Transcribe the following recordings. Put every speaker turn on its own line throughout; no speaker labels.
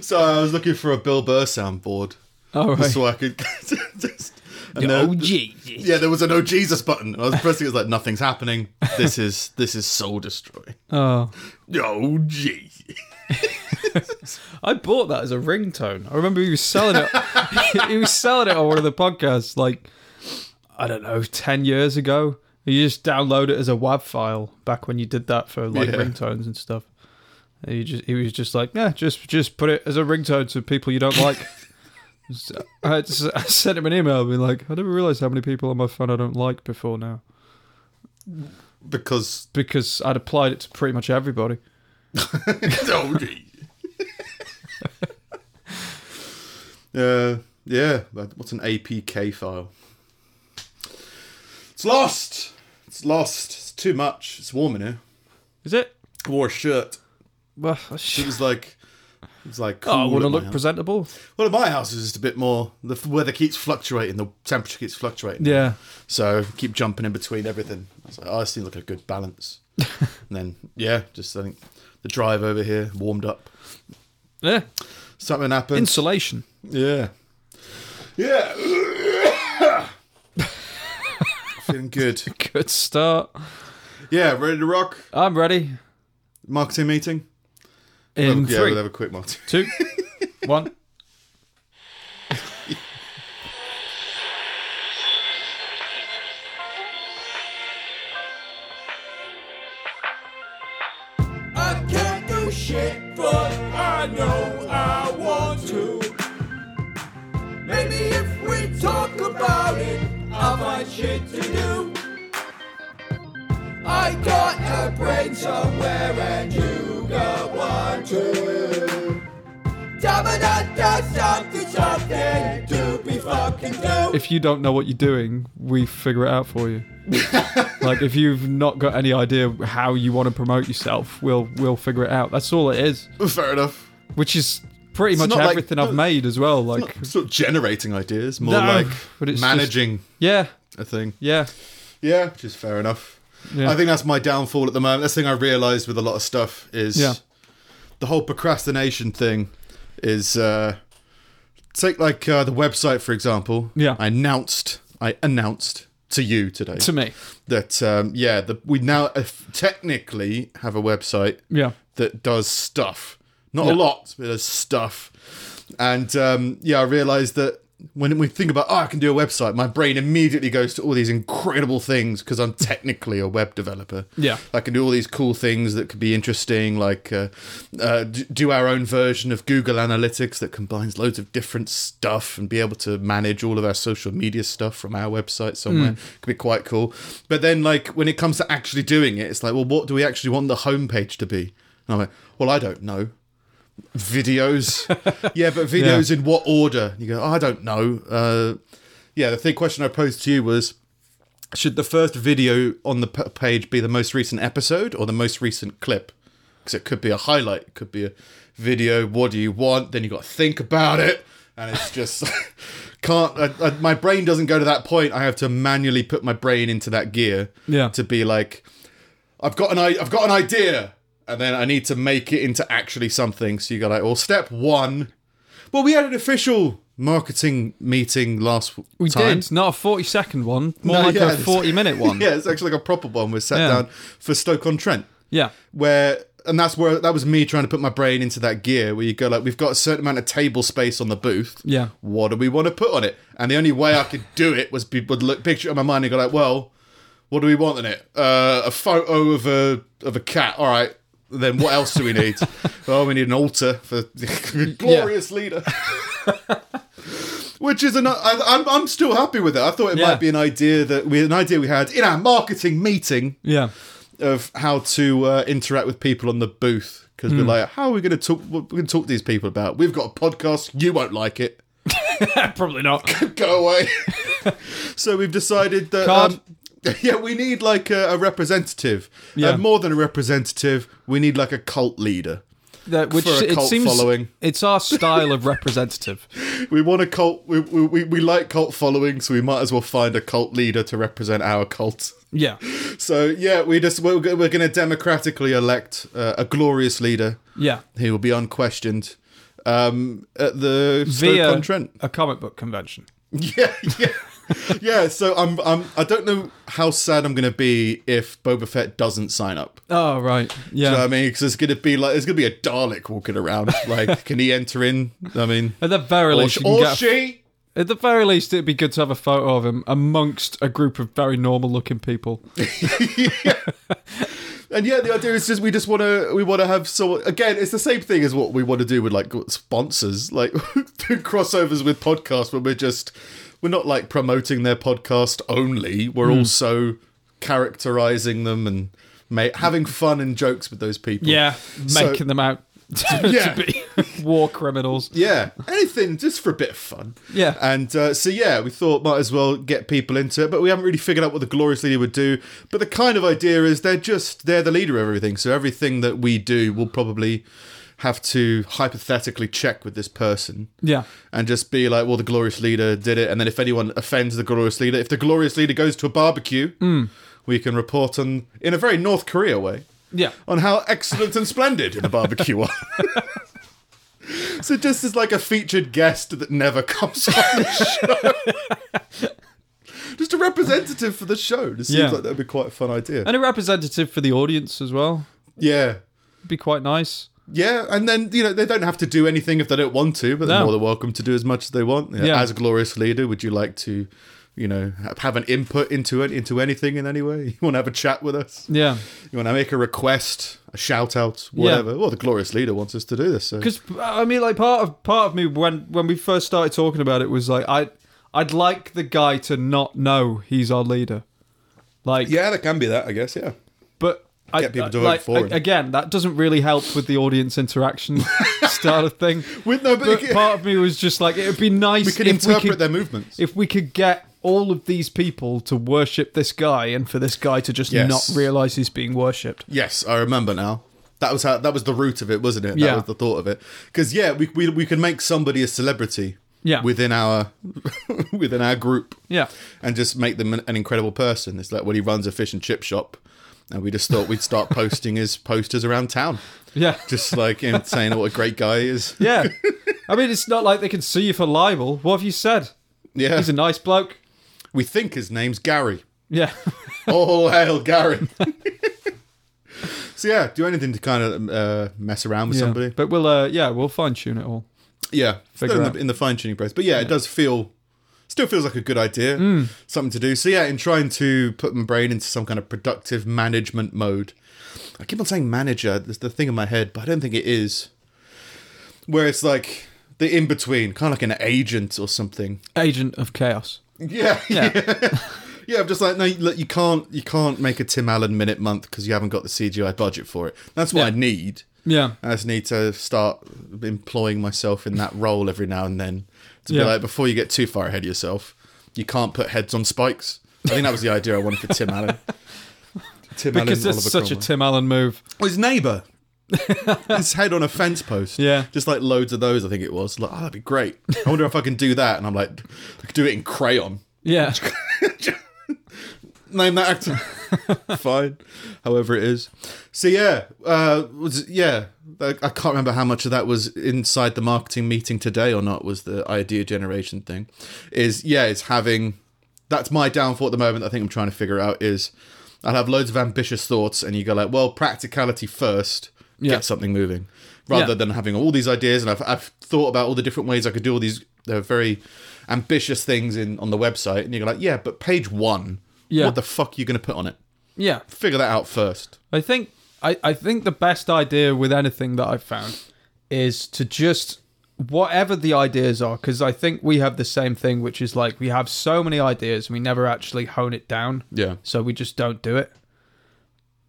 So I was looking for a Bill Burr soundboard,
All Oh, right.
so I could just. And
oh,
there-
Jesus.
yeah, there was an "Oh Jesus" button. and I was pressing. it, It was like nothing's happening. This is this is soul destroying.
Oh.
Oh Jesus.
I bought that as a ringtone. I remember he was selling it. he was selling it on one of the podcasts, like I don't know, ten years ago. You just download it as a WAV file back when you did that for like
Yeah.
ringtones and stuff. And you just, he was just like, yeah, just just put it as a ringtone to people you don't like. So I, just- I sent him an email, being like, I never realised how many people on my phone I don't like before now
Because
because I'd applied it to pretty much everybody.
oh Jesus. Uh, yeah. but What's an APK file? It's lost. It's lost. It's too much. It's warm in here.
Is it?
I wore a shirt.
Well,
It was like. It was like. Cool
oh, I want to
at my
look
house.
presentable.
Well, at my house is just a bit more. The f- weather keeps fluctuating. The temperature keeps fluctuating.
Yeah.
So keep jumping in between everything. I was like, oh, this seems like a good balance. and then yeah, just I think the drive over here warmed up.
Yeah.
Something happened.
Insulation.
yeah. Yeah. Feeling good.
Good start.
Yeah, ready to rock.
I'm ready.
Marketing meeting.
In
yeah,
three,
we'll have a quick marketing.
two, one.
I can't do shit, but I know I want to. Maybe if we talk about it, I'll find shit to do. I got a brain somewhere and you got one too. Da da da something, something to be fucking do.
If you don't know what you're doing, we figure it out for you. like if you've not got any idea how you want to promote yourself, we'll we'll figure it out. That's all it is.
Fair enough.
Which is pretty much
not like-
everything I've made as well. Like
It's not generating ideas, more
No,
like
but it's just-
managing
yeah,
a thing.
yeah,
Yeah, which is fair enough.
Yeah.
I think that's my downfall at the moment. That's the thing I realised with a lot of stuff is
Yeah.
the whole procrastination thing is uh, take like uh, the website for example.
Yeah.
I announced, I announced to you today
to me.
that um, yeah, the, we now eff- technically have a website
Yeah.
that does stuff. Not
Yeah.
a lot, but does stuff. And um, yeah, I realized that when we think about, oh, I can do a website, my brain immediately goes to all these incredible things because I'm technically a web developer.
Yeah.
I can do all these cool things that could be interesting, like uh, uh, d- do our own version of Google Analytics that combines loads of different stuff and be able to manage all of our social media stuff from our website somewhere. Could be quite cool. But then, like, when it comes to actually doing it, it's like, well, what do we actually want the homepage to be? And I'm like, well, I don't know. Videos. yeah, but videos in what order? You go, oh, I don't know. Uh, yeah, the third question I posed to you was should the first video on the p- page be the most recent episode or the most recent clip? Because it could be a highlight, it could be a video. What do you want? Then you got to think about it, and it's just can't. I, I, my brain doesn't go to that point. I have to manually put my brain into that gear
Yeah.
to be like, I've got an I- I've got an idea, and then I need to make it into actually something. So you got like, well, step one. Well, we had an official marketing meeting last w-
We
time.
did not a forty-second one, more
No,
like
yeah,
a
it's-
forty-minute one.
Yeah, it's actually like a proper one. We sat
Yeah.
down for Stoke on Trent,
yeah,
where and that's where that was me trying to put my brain into that gear where you go like, we've got a certain amount of table space on the booth.
Yeah.
what do we want to put on it? And the only way I could do it was be would look picture it in my mind and go like, well, what do we want in it? Uh, a photo of a of a cat. All right. Then what else do we need? well, we need an altar for glorious leader. Which is an I, I'm I'm still happy with it. I thought it
Yeah.
might be an idea that we an idea we had in our marketing meeting
yeah.
of how to uh, interact with people on the booth because
Hmm.
we're like, how are we going to talk? What we going to talk to these people about? We've got a podcast. You won't like it.
Probably not.
Go away. so we've decided that.
Card.
Um, yeah, we need like a, a representative.
Yeah.
And more than a representative, we need like a cult leader.
That, which
For a
it
cult
seems
following.
it's our style of representative.
We want a cult. We, we, we- we like cult following, so we might as well find a cult leader to represent our cult.
Yeah,
So yeah, we just we're, go- we're going to democratically elect uh, a glorious leader
yeah.
He will be unquestioned. um, at the
via
Stoke on Trent.
a comic book convention.
Yeah, yeah, yeah. So I'm, I'm, I don't know how sad I'm going to be if Boba Fett doesn't sign up.
Oh right, yeah.
You know what I mean? Because it's going to be like there's going to be a Dalek walking around. Like, can he enter in? I mean,
at the very
or,
least,
sh-
you can
or
get a-
she?
at the very least, it'd be good to have a photo of him amongst a group of very normal-looking people.
And yeah, the idea is just we just want to we want to have so again, it's the same thing as what we want to do with like sponsors, like do crossovers with podcasts where we're just we're not like promoting their podcast only. We're also characterizing them and ma- having fun and jokes with those people.
Yeah,
So-
making them out to,
Yeah.
be war criminals.
Yeah, anything just for a bit of fun.
Yeah.
And uh, so, yeah, we thought might as well get people into it, but we haven't really figured out what the Glorious Leader would do. But the kind of idea is they're just, they're the leader of everything. So everything that we do will probably have to hypothetically check with this person.
Yeah,
And just be like, well, the glorious leader did it. And then if anyone offends the glorious leader, if the glorious leader goes to a barbecue,
Hmm.
we can report on, in a very North Korea way,
yeah.
on how excellent and splendid the barbecue are. so just as like a featured guest that never comes on the show. just a representative for the show. It seems
Yeah.
like that would be quite a fun idea.
And a representative for the audience as well.
yeah.
It'd be quite nice.
Yeah, and then you know they don't have to do anything if they don't want to, but they're
No.
more than welcome to do as much as they want. You know,
Yeah.
As a glorious leader, would you like to, you know, ha- have an input into it, into anything in any way? You want to have a chat with us?
Yeah,
You want to make a request, a shout out, whatever? Well, the glorious leader wants us to do this. So.
because I mean, like part of part of me when when we first started talking about it was like I I'd like the guy to not know he's our leader. Like,
Yeah, there can be that, I guess. Yeah.
but I,
Get people to
I-
vote
like,
for him.
a- Again, that doesn't really help with the audience interaction style of thing.
With no, but,
But part of me was just like, it'd be nice
we can
if
interpret
we could,
their movements.
if we could get all of these people to worship this guy and for this guy to just
Yes.
not realize he's being worshipped.
yes, I remember now. That was how. That was the root of it, wasn't it? That
Yeah.
was the thought of it. Because yeah, we, we we can make somebody a celebrity.
Yeah.
Within our within our group.
Yeah.
And just make them an, an incredible person. It's like when he runs a fish and chip shop, and we just thought we'd start posting his posters around town,
Yeah.
just like him saying what a great guy he is.
Yeah. I mean, it's not like they can sue you for libel. What have you said?
Yeah.
He's a nice bloke.
we think his name's Gary.
Yeah.
All hail Gary. so yeah, do anything to kind of uh, mess around with
Yeah.
somebody.
But we'll, uh, yeah, we'll fine tune it all.
Yeah, still in
Figure
the,
out.
in the fine tuning process. But yeah, it does feel, still feels like a good idea,
Hmm.
something to do. So yeah, in trying to put my brain into some kind of productive management mode, I keep on saying manager. There's the thing in my head, but I don't think it is. Where it's like the in between, kind of like an agent or something.
Agent of chaos.
Yeah,
Yeah.
yeah, I'm just like, no, you- look, you can't, you can't make a Tim Allen minute month because you haven't got the CGI budget for it. That's what I need.
Yeah.
I just need to start employing myself in that role every now and then. To
Yeah.
be like, before you get too far ahead of yourself, you can't put heads on spikes. I think that was the idea I wanted for Tim Allen. Tim
Because
Allen,
that's
Oliver
such a
Cromwell.
Tim Allen move.
Or his neighbour. his head on a fence post.
Yeah.
Just like loads of those, I think it was. Like, oh, that'd be great. I wonder if I can do that. And I'm like, I could do it in crayon.
Yeah.
Name that actor. Fine, however it is. So yeah, uh, was yeah. I I can't remember how much of that was inside the marketing meeting today or not. Was the idea generation thing? Is yeah, it's having. That's my downfall at the moment. I think I'm trying to figure out is I'll have loads of ambitious thoughts, and you go like, well, practicality first.
Yeah.
Get something moving, rather
Yeah.
than having all these ideas. And I've, I've thought about all the different ways I could do all these uh, very ambitious things in on the website, and you're like, yeah, but page one,
Yeah.
what the fuck are you going to put on it?
Yeah.
Figure that out first.
I think I, I think the best idea with anything that I've found is to just whatever the ideas are, because I think we have the same thing, which is like we have so many ideas and we never actually hone it down.
Yeah.
So we just don't do it.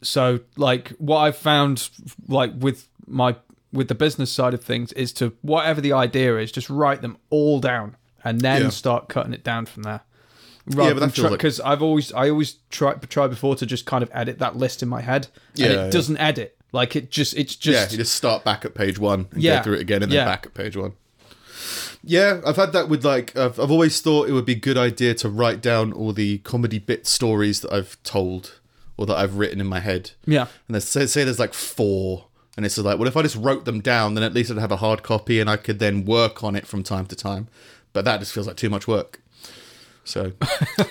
So like what I've found like with my with the business side of things is to whatever the idea is, just write them all down and then
Yeah.
start cutting it down from there.
Yeah, but that feels like-
because I've always I always try try before to just kind of edit that list in my head,
Yeah,
and it
yeah.
doesn't edit. Like it just it's
Yeah,
just
you just start back at page one and
Yeah.
go through it again and then
Yeah.
back at page one. Yeah, I've had that with like, I've, I've always thought it would be a good idea to write down all the comedy bit stories that I've told or that I've written in my head.
Yeah.
And there's, say, say there's like four And it's like, well, if I just wrote them down, then at least I'd have a hard copy and I could then work on it from time to time. But that just feels like too much work. So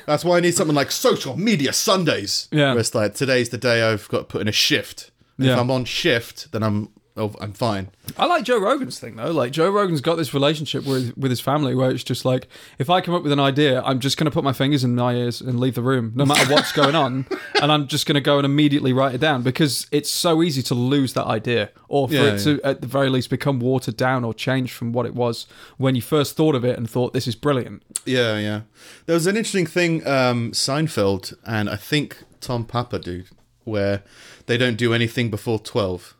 that's why I need something like social media Sundays.
Yeah.
Where it's like today's the day I've got to put in a shift. And If
Yeah.
I'm on shift, then I'm oh, I'm fine.
I like Joe Rogan's thing though. Like Joe Rogan's got this relationship with with his family where it's just like if I come up with an idea, I'm just going to put my fingers in my ears and leave the room, no matter what's going on, and I'm just going to go and immediately write it down because it's so easy to lose that idea or for
Yeah,
it to at the very least become watered down or changed from what it was when you first thought of it and thought this is brilliant.
Yeah, yeah. There was an interesting thing, um, Seinfeld and I think Tom Papa do, where they don't do anything before twelve.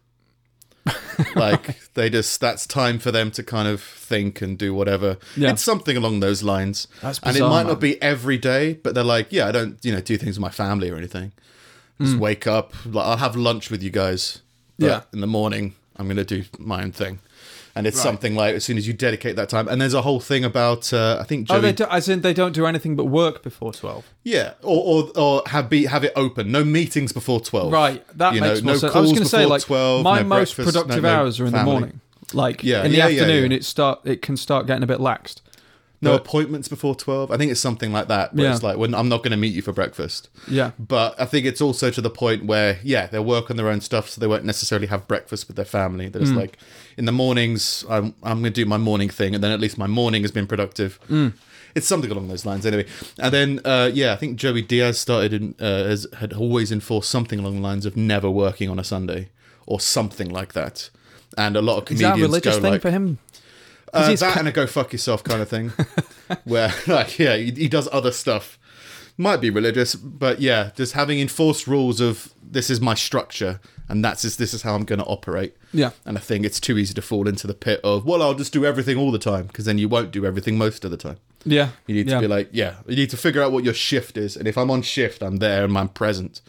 like they just that's time for them to kind of think and do whatever.
Yeah.
It's something along those lines.
That's
and it
bizarre,
might
man.
not be every day, but they're like, yeah, I don't, you know, do things with my family or anything. Just wake up, like I'll have lunch with you guys. but
Hmm. Yeah.
In the morning, I'm gonna do my own thing. And it's something like as soon as you dedicate that time, and there's a whole thing about uh, I think Joey
Oh, they do, as in they don't do anything but work before twelve.
yeah, or or, or have be have it open. No meetings before twelve.
Right, that
You
makes
know,
more
no
sense. I was
calls
going to say
before
like
12,
my
no
most
breakfast, no-
productive
no
hours are in the
family.
morning. Like
Yeah,
in the
yeah, yeah,
afternoon,
yeah.
it start it can start getting a bit laxed.
No
But-
appointments before twelve. I think it's something like that. Where
Yeah.
it's like when I'm not going to meet you for breakfast.
Yeah.
But I think it's also to the point where yeah, they work on their own stuff, so they won't necessarily have breakfast with their family. They're just
Mm.
like in the mornings, I'm I'm going to do my morning thing, and then at least my morning has been productive.
Mm.
It's something along those lines, anyway. And then, uh, yeah, I think Joey Diaz started in, uh, has, had always enforced something along the lines of never working on a Sunday or something like that. And a lot of
Is
comedians
that a religious
go
thing
like,
for him?
uh,
he's
that
ca-
and a go fuck yourself kind of thing, where like yeah, he, he does other stuff. Might be religious, but yeah, just having enforced rules of this is my structure, and that's is this is how I'm going to operate.
Yeah.
and I think it's too easy to fall into the pit of well, I'll just do everything all the time because then you won't do everything most of the time.
Yeah,
You need
yeah.
to be like, yeah, you need to figure out what your shift is. And if I'm on shift, I'm there and I'm present.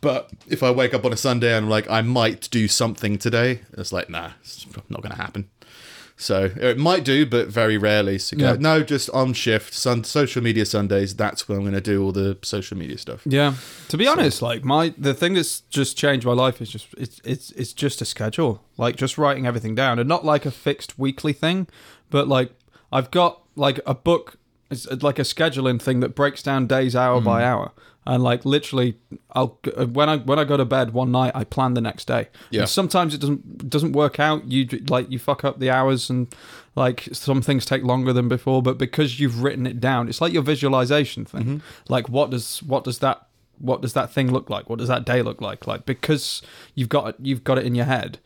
But if I wake up on a Sunday and I'm like, I might do something today, it's like, nah, it's not going to happen. So it might do, but very rarely. So go,
Yeah.
no, just on shift, sun, social media Sundays, that's when I'm going to do all the social media stuff.
Yeah. To be honest, like my the thing that's just changed my life is just it's it's it's just a schedule. Like just writing everything down and not like a fixed weekly thing, but like I've got like a book it's like a scheduling thing that breaks down days hour by hour. And like literally I'll when I when I go to bed one night I plan the next day.
Yeah.
And sometimes it doesn't doesn't work out. You d- like you fuck up the hours and like some things take longer than before. But because you've written it down, it's like your visualization thing.
Mm-hmm.
Like what does what does that what does that thing look like? What does that day look like? Like because you've got it, you've got it in your head.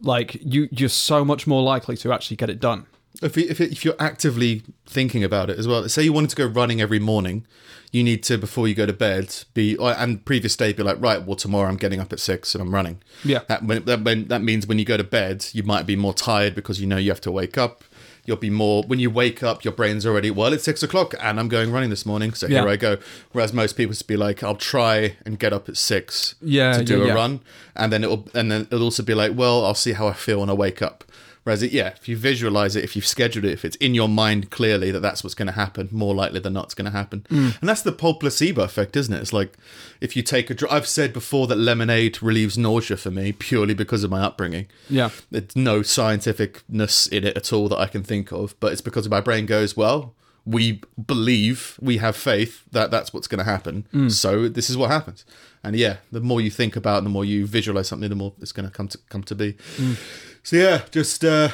Like you you're so much more likely to actually get it done.
If, you- if, you- if you're actively thinking about it as well, say you wanted to go running every morning, you need to, before you go to bed, be, or- and previous day, be like, right, well, tomorrow I'm getting up at six and I'm running.
Yeah.
That, when, that, when, that means when you go to bed, you might be more tired because you know you have to wake up. You'll be more, when you wake up, your brain's already, well, it's six o'clock and I'm going running this morning, so here
Yeah.
I go. Whereas most people just be like, I'll try and get up at six
Yeah,
to do
yeah,
a
yeah.
run, and then it'll and then it'll also be like, well, I'll see how I feel when I wake up. Whereas, it, yeah, if you visualize it, if you've scheduled it, if it's in your mind clearly that that's what's going to happen, more likely than not it's going to happen.
Mm.
And that's the whole placebo effect, isn't it? It's like if you take a drink. I've said before that lemonade relieves nausea for me purely because of my upbringing.
Yeah.
There's no scientificness in it at all that I can think of, but it's because my brain goes, well, we believe, we have faith that that's what's going to happen. So this is what happens. And yeah, the more you think about, it, the more you visualize something, the more it's going to come to come to be. So yeah, just uh,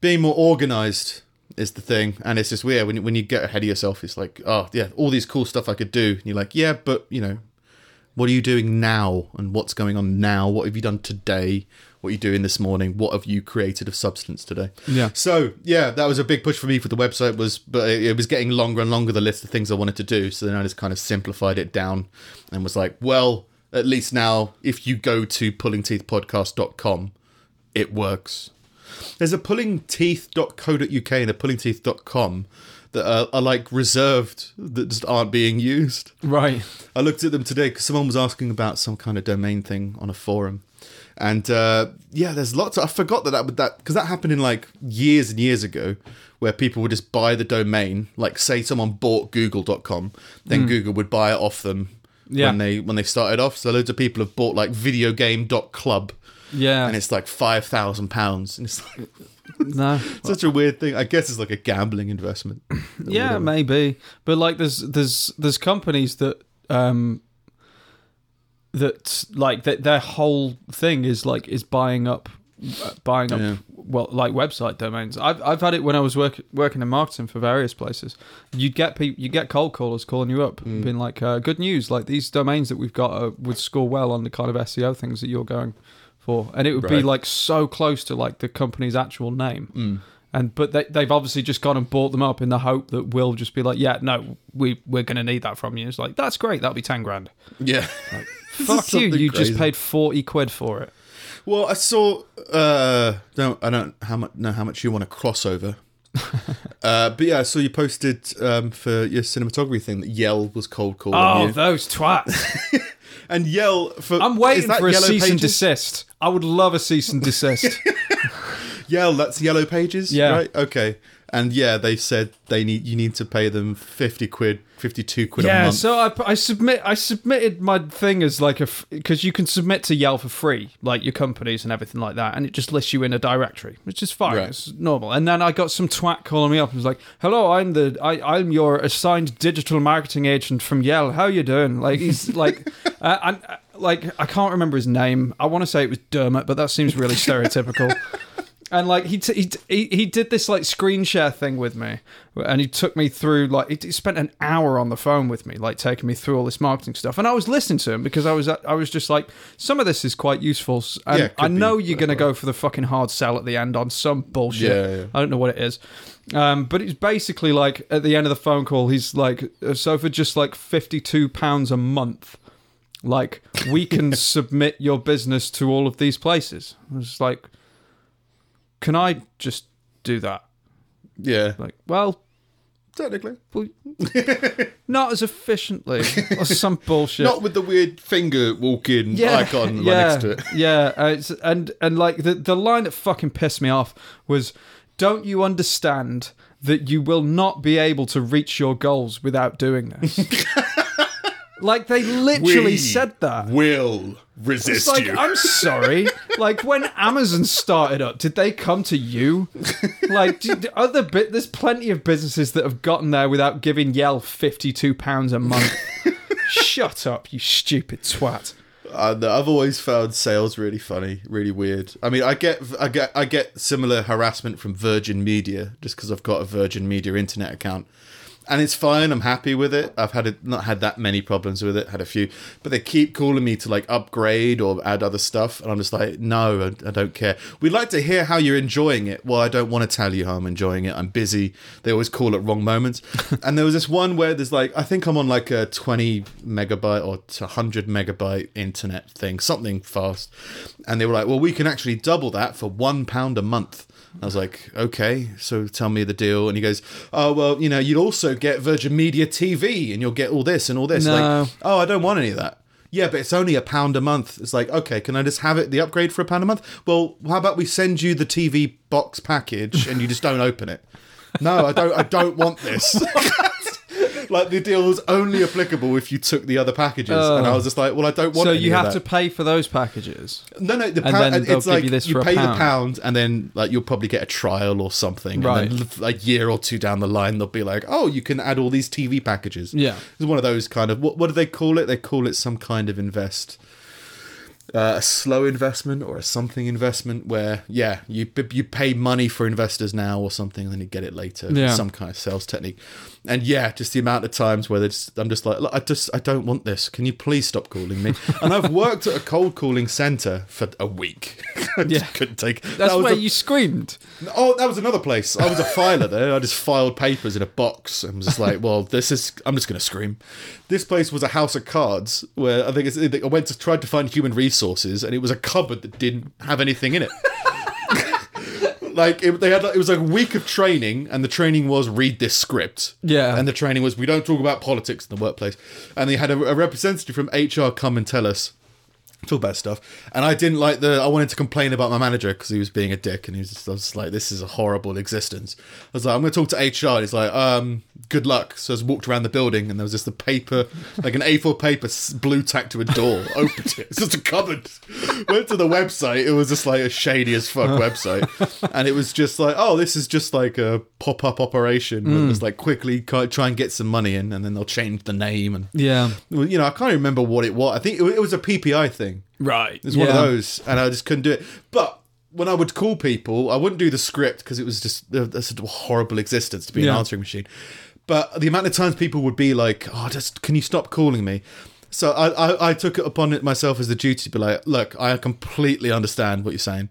being more organized is the thing. And it's just weird when you- when you get ahead of yourself. It's like, oh yeah, all these cool stuff I could do. And you're like, yeah, but you know, what are you doing now and what's going on now what have you done today what are you doing this morning what have you created of substance today
Yeah.
so yeah that was a big push for me for the website was but it it was getting longer and longer the list of things i wanted to do so then i just kind of simplified it down and was like well at least now if you go to pullingteethpodcast.com it works there's a pullingteeth.co.uk and a pullingteeth.com that are, are like reserved that just aren't being used
Right.
I looked at them today because someone was asking about some kind of domain thing on a forum, and uh, yeah, there's lots. I forgot that that would that because that happened in like years and years ago, where people would just buy the domain. Like, say someone bought Google.com, then Google would buy it off them
Yeah.
when they when they started off. So loads of people have bought like videogame.club.
Yeah.
and it's like five thousand pounds, and it's like
no.
such a weird thing. I guess it's like a gambling investment.
yeah, maybe. But like, there's there's there's companies that um that like that their whole thing is like is buying up buying up
Yeah.
well like website domains. I've I've had it when I was work, working in marketing for various places. You'd get people you get cold callers calling you up, being like, uh, "Good news! Like these domains that we've got uh, would score well on the kind of SEO things that you're going." For, and it would be
Right.
like so close to like the company's actual name,
Mm.
and but they, they've obviously just gone and bought them up in the hope that we'll just be like, yeah, no, we we're going to need that from you. It's like that's great, that'll be ten grand.
Yeah.
Fuck you,
something
you
crazy.
just paid forty quid for it.
Well, I saw. Uh, don't I don't how much know how much you want to cross over. uh, but yeah, I saw you posted um, for your cinematography thing that Yell was cold calling
Oh,
you,
those twats!
and Yell for
I'm
is
waiting
that
for a
Yellow
cease and
Pages?
desist. I would love a cease and desist.
Yell, that's Yellow Pages,
Yeah.
right? Okay, and yeah, they said they need you need to pay them fifty quid, fifty two quid a
yeah,
month.
so I, I submit I submitted my thing as like a because you can submit to Yell for free, like your companies and everything like that, and it just lists you in a directory, which is fine,
Right.
it's normal. And then I got some twat calling me up and was like, "Hello, I'm the I, I'm your assigned digital marketing agent from Yell. How you doing?" Like he's like, uh, and uh, like I can't remember his name. I want to say it was Dermot, but that seems really stereotypical. and like he, t- he, t- he he did this like screen share thing with me and he took me through like he, he spent an hour on the phone with me like taking me through all this marketing stuff and i was listening to him because i was i was just like some of this is quite useful s- and
Yeah, it could
i know
be,
you're going to go for the fucking hard sell at the end on some bullshit
Yeah, yeah.
I don't know what it is. Um, but it's basically like at the end of the phone call, he's like, uh, so for just like £52 a month, like we can submit your business to all of these places. I was just like, can I just do that?
yeah,
Like, well,
technically,
well, not as efficiently or some bullshit.
not with the weird finger walking icon right next to it.
Yeah, uh, it's, and and like the the line that fucking pissed me off was, "Don't you understand that you will not be able to reach your goals without doing this?" like they literally
We
said that.
will resist
It's like
you.
I'm sorry. like when Amazon started up, did they come to you? Like did, other bit, there's plenty of businesses that have gotten there without giving Yell fifty two pounds a month. Shut up, you stupid twat.
Uh, no, I've always found sales really funny, really weird. I mean, I get, I get, I get similar harassment from Virgin Media just because I've got a Virgin Media internet account, and it's fine. I'm happy with it. I've had it, not had that many problems with it. Had a few, but they keep calling me to like upgrade or add other stuff, and I'm just like, no, I, I don't care. We'd like to hear how you're enjoying it. Well, I don't want to tell you how I'm enjoying it. I'm busy. They always call at wrong moments. and there was this one where there's like, I think I'm on like a 20 megabyte or to 100 megabyte internet thing, something fast. And they were like, well, we can actually double that for one pound a month. I was like, okay, so tell me the deal. And he goes, oh, well, you know, you'd also get Virgin Media TV and you'll get all this and all this.
No.
Like, oh, I don't want any of that. Yeah, but it's only a pound a month. It's like, okay, can I just have it the upgrade for a pound a month? Well, how about we send you the TV box package and you just don't open it? No, I don't. I don't want this. like the deal was only applicable if you took the other packages, and I was just like, well, I don't want.
Oh. So
any
you
of
have
that.
to pay for those packages.
No, no, the
And
pound.
then they'll
it's
give
like
you
you,
this for a
pay the
pound.
pound, and then like you'll probably get a trial or something.
Right.
And then l- a year or two down the line, they'll be like, "Oh, you can add all these TV packages."
Yeah.
it's one of those kind of what? What do they call it? They call it some kind of invest, uh, a slow investment or a something investment, where yeah, you b- you pay money for investors now or something, and then you get it later.
Yeah.
some kind of sales technique, and yeah, just the amount of times where they just, I'm just like, Look, I just I don't want this. Can you please stop calling me? and I've worked at a cold calling center for a week. I just
Yeah.
couldn't take.
That's
that was
where
a-
you screamed.
Oh, that was another place. I was a filer there. I just filed papers in a box and was just like, well, this is. I'm just going to scream. This place was a house of cards where I think it's, I went to tried to find human resources and it was a cupboard that didn't have anything in it. like it, they had, like, it was like a week of training, and the training was read this script.
Yeah.
And the training was we don't talk about politics in the workplace. And they had a, a representative from HR come and tell us talk about stuff. And I didn't like the. I wanted to complain about my manager because he was being a dick, and he was just, I was just like, "This is a horrible existence." I was like, "I'm going to talk to HR." And he's like, "Um, good luck. So I just walked around the building and there was just the paper, like an A4 paper, s- blue tacked to a door. Opened it. It's just a cupboard. Went to the website. It was just like a shady as fuck website. And it was just like, oh, this is just like a pop up operation. where It was like quickly ca- try and get some money in and then they'll change the name. And,
Yeah.
well, you know, I can't remember what it was. I think it, it was a PPI thing.
Right.
It's one of those, and I just couldn't do it. But when I would call people, I wouldn't do the script because it was just a, a sort of horrible existence to be an
Yeah.
answering machine. But the amount of times people would be like, "Oh, just can you stop calling me?" So I, I, I took it upon it myself as the duty to be like, "Look, I completely understand what you're saying,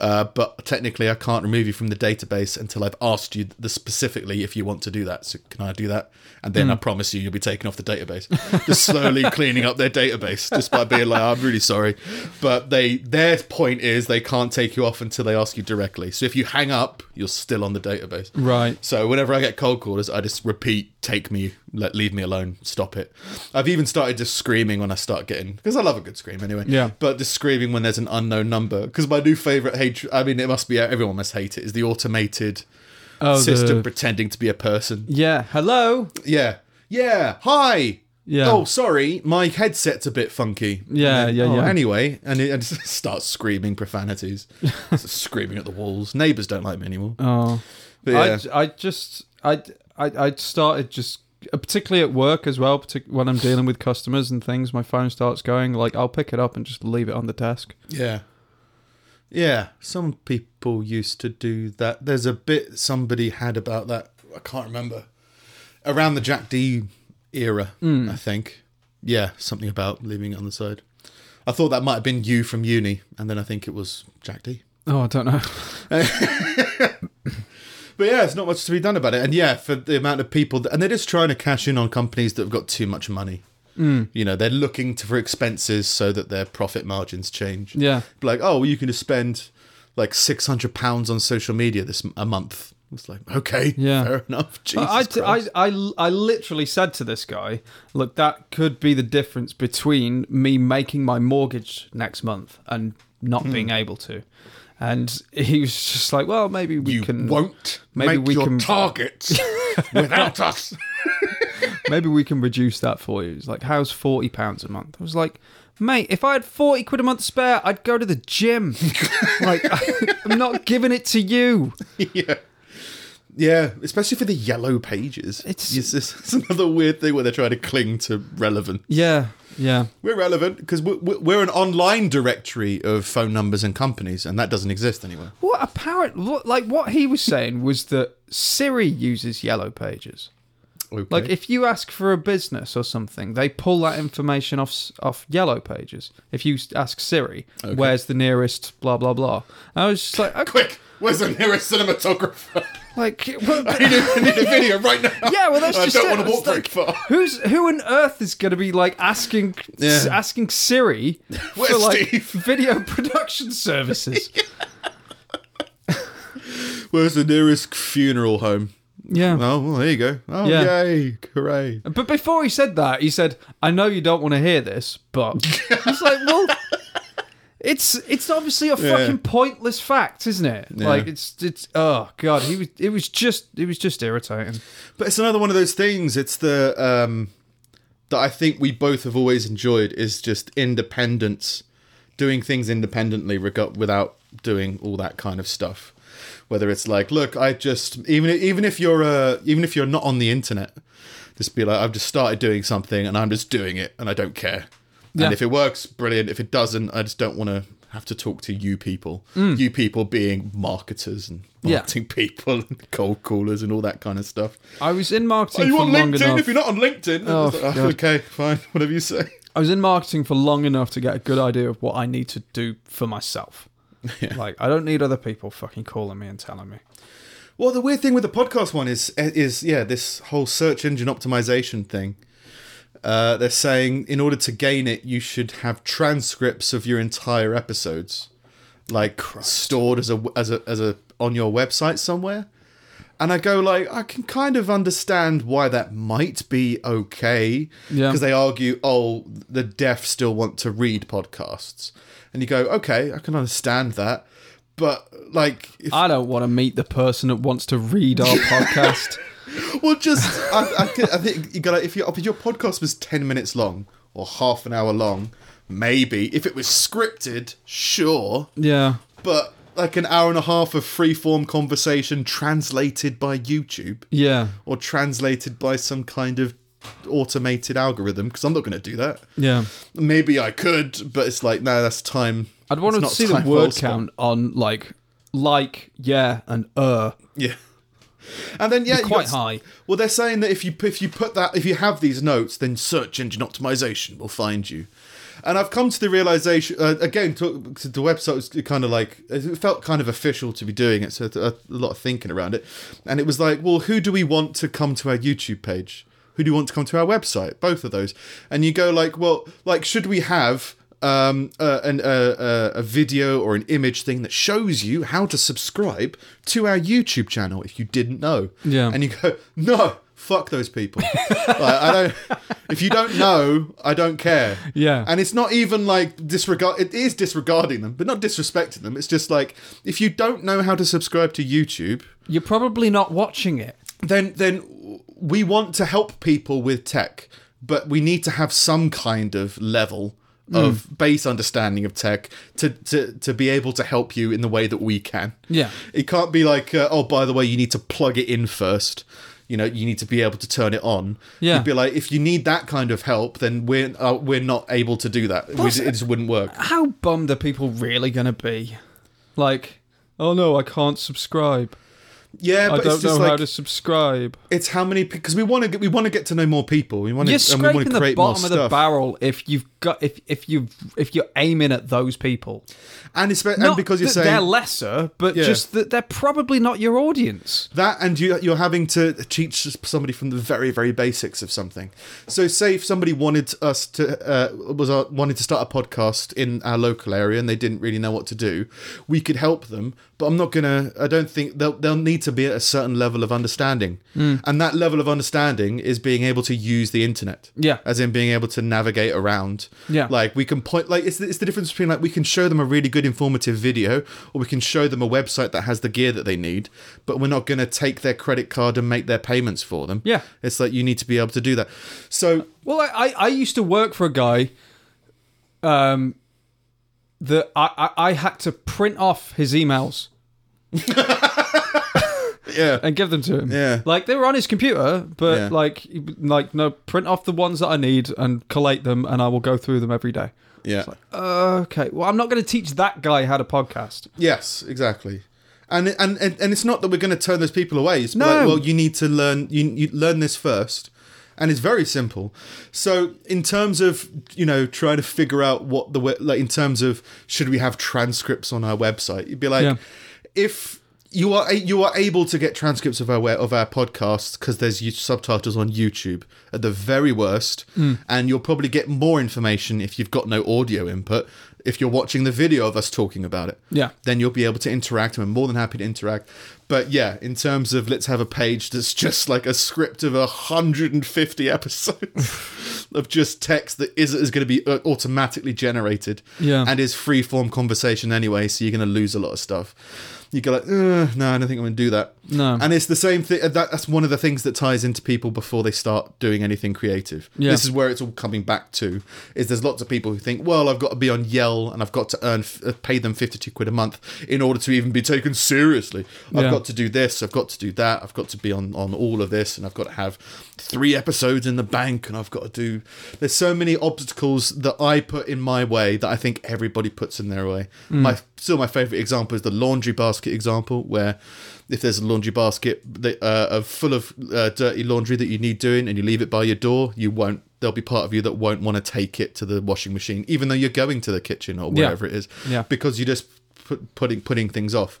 uh, but technically, I can't remove you from the database until I've asked you the specifically if you want to do that. So can I do that? And then I promise you, you'll be taken off the database. just slowly cleaning up their database, just by being like, "Oh, "I'm really sorry," but they their point is they can't take you off until they ask you directly. So if you hang up, you're still on the database.
Right.
So whenever I get cold callers, I just repeat, "Take me, let leave me alone, stop it." I've even started just screaming when I start getting because I love a good scream anyway.
Yeah.
But just screaming when there's an unknown number because my new favorite hate. I mean, it must be everyone must hate it. Is the automated
Oh, the-
system pretending to be a person?
Yeah. Hello.
Yeah. Yeah. Hi.
Yeah.
Oh, sorry, my headset's a bit funky.
Yeah,
And
yeah,
"Oh,
yeah.
Anyway, and it, and just starts screaming profanities, Just screaming at the walls. Neighbours don't like me anymore.
Oh.
But yeah.
I, I just I, I I started just uh, particularly at work as well. Partic- when I'm dealing with customers and things, my phone starts going. Like I'll pick it up and just leave it on the desk.
Yeah. Yeah. Some people used to do that. There's a bit somebody had about that. I can't remember. Around the Jack D era, I think. Yeah, something about leaving it on the side. I thought that might have been you from uni, and then I think it was Jack D.
Oh, I don't know.
But yeah, it's not much to be done about it. And yeah, for the amount of people, that, and they're just trying to cash in on companies that have got too much money.
Mm.
You know, they're looking to, for expenses so that their profit margins change.
Yeah.
like, oh, well, you can just spend like six hundred pounds on social media this m- a month. It's like, okay,
Yeah.
fair enough. Jesus
I, I,
Christ.
I, I literally said to this guy, look, that could be the difference between me making my mortgage next month and not
Hmm.
being able to. And he was just like, well, maybe we
you
can
won't
maybe
make
we
your
can-
targets without us.
maybe we can reduce that for you. He's like, how's forty pounds a month? I was like, mate, if I had forty quid a month spare, I'd go to the gym. like, I'm not giving it to you.
yeah. Yeah, especially for the yellow pages.
It's-
it's, just- it's another weird thing where they're trying to cling to relevant.
Yeah, yeah,
We're relevant because we're, we're an online directory of phone numbers and companies, and that doesn't exist anywhere.
What apparent? What, like what he was saying was that Siri uses Yellow Pages.
Okay.
Like if you ask for a business or something, they pull that information off s- off Yellow Pages. If you s- ask Siri, where's the nearest blah blah blah, and I was just like, okay,
quick, where's the nearest cinematographer?
like well,
I need, a, I need a video right now.
yeah, well that's
I
just
don't
it.
want to
It's
walk very
like,
far.
Who's who on earth is going to be like asking s-
Yeah.
asking Siri for
Where's
like
Steve?
video production services?
Where's the nearest funeral home?
yeah.
Oh, well, there you go. Oh,
Yeah.
yay, hooray.
But before he said that, he said, "I know you don't want to hear this, but." It's like, well, it's it's obviously a
Yeah.
fucking pointless fact, isn't it? Like it's it's oh god, he was it was just it was just irritating.
But it's another one of those things. It's the um, that I think we both have always enjoyed is just independence, doing things independently reg- without doing all that kind of stuff. Whether it's like, look, I just even even if you're uh, even if you're not on the internet, just be like, I've just started doing something and I'm just doing it and I don't care.
Yeah.
And if it works, brilliant. If it doesn't, I just don't want to have to talk to you people. You people being marketers and
Mm. Yeah.
marketing people and cold callers and all that kind of stuff.
I was in marketing
Are Oh, you
for
on
long
LinkedIn?
enough.
If you're not on LinkedIn,
Oh,
It's like, "Oh,
God.
okay, fine, whatever you say.
I was in marketing for long enough to get a good idea of what I need to do for myself. Like I don't need other people fucking calling me and telling me.
Well, the weird thing with the podcast one is eh, is yeah, this whole search engine optimization thing. Uh, they're saying in order to gain it, you should have transcripts of your entire episodes, like stored as a as a as a on your website somewhere. And I go like, I can kind of understand why that might be okay,
Yeah.
because they argue, oh, the deaf still want to read podcasts, and you go, okay, I can understand that, but like, if
I don't want to meet the person that wants to read our podcast.
Well, just I, I, could- I think you got to if your if your podcast was ten minutes long or half an hour long, maybe if it was scripted, sure,
Yeah.
but like an hour and a half of free form conversation translated by YouTube
Yeah.
or translated by some kind of automated algorithm because I'm not going to do that.
Yeah.
Maybe I could, but it's like no, that's time.
I'd want
it's
to
not
see the
time well
word
spent.
count on like like, yeah, and uh.
Yeah. And then yeah, you
quite
got-
high.
Well, they're saying that if you if you put that if you have these notes, then search engine optimization will find you. And I've come to the realization uh, again. To, to the website was kind of like it felt kind of official to be doing it, so th- a lot of thinking around it. And it was like, well, who do we want to come to our YouTube page? Who do you want to come to our website? Both of those. And you go like, well, like should we have um, uh, an, uh, uh, a video or an image thing that shows you how to subscribe to our YouTube channel if you didn't know.
Yeah.
And you go, no, fuck those people. like, I don't. If you don't know, I don't care.
Yeah.
And it's not even like disregard. It is disregarding them, but not disrespecting them. It's just like if you don't know how to subscribe to YouTube,
You're probably not watching it.
then then we want to help people with tech, but we need to have some kind of level
Hmm.
of base understanding of tech to, to to be able to help you in the way that we can.
Yeah.
It can't be like, uh, oh, by the way, you need to plug it in first. You know, you need to be able to turn it on.
Yeah.
You'd be like, if you need that kind of help, then we're uh, we're not able to do that. We, it just wouldn't work.
How bummed are people really gonna be? Like, oh no, I can't subscribe.
Yeah,
I
but
don't
it's just
know how
like
to subscribe.
it's how many because we want to get we want to get to know more people. We want to
You're
and we want
scraping
to
the
create more
bottom of the
stuff.
barrel if you've got if if you if you're aiming at those people.
and, it's, and
Not
because you're
that
saying
they're lesser, but
Yeah.
just that they're probably not your audience.
That and you, you're having to teach somebody from the very, very basics of something. So, say if somebody wanted us to uh, was uh, wanted to start a podcast in our local area and they didn't really know what to do, we could help them. But I'm not gonna. I don't think they'll they'll need to be at a certain level of understanding, and that level of understanding is being able to use the internet.
Yeah.
as in being able to navigate around.
Yeah.
like we can point. Like it's the, it's the difference between like we can show them a really good informative video, or we can show them a website that has the gear that they need, but we're not going to take their credit card and make their payments for them.
Yeah.
it's like you need to be able to do that. So
Well, I, I, I used to work for a guy um, that I, I, I had to print off his emails
yeah,
and give them to him.
Yeah.
Like they were on his computer, but
Yeah.
like like no, print off the ones that I need and collate them and I will go through them every day.
yeah,
Okay. Well, I'm not going to teach that guy how to podcast.
yes, exactly. And, and and and it's not that we're going to turn those people away. It's
No.
like, well, you need to learn. You, you learn this first, and it's very simple. So in terms of you know trying to figure out what the we- like in terms of should we have transcripts on our website, you'd be like,
Yeah.
if you are you are able to get transcripts of our of our podcasts because there's you- subtitles on YouTube at the very worst,
Mm.
and you'll probably get more information if you've got no audio input. If you're watching the video of us talking about it,
Yeah.
then you'll be able to interact, and we're more than happy to interact. But yeah, in terms of let's have a page that's just like a script of 150 episodes of just text that is is going to be uh, automatically generated,
Yeah.
and is free form conversation anyway, so you're going to lose a lot of stuff. You go like, "Ugh, no, I don't think I'm going to do that.
No.
and it's the same thing. That, that's one of the things that ties into people before they start doing anything creative.
Yeah.
This is where it's all coming back to. Is there's lots of people who think, well, I've got to be on Yell and I've got to earn, f- uh, pay them fifty two quid a month in order to even be taken seriously. I've
Yeah.
got to do this. I've got to do that. I've got to be on on all of this, and I've got to have three episodes in the bank, and I've got to do. There's so many obstacles that I put in my way that I think everybody puts in their way. My still my favorite example is the laundry basket example, where if there's a laundry basket that, uh, of full of uh, dirty laundry that you need doing, and you leave it by your door, you won't. There'll be part of you that won't want to take it to the washing machine, even though you're going to the kitchen or
Yeah.
wherever it is,
Yeah.
because you're just put, putting putting things off.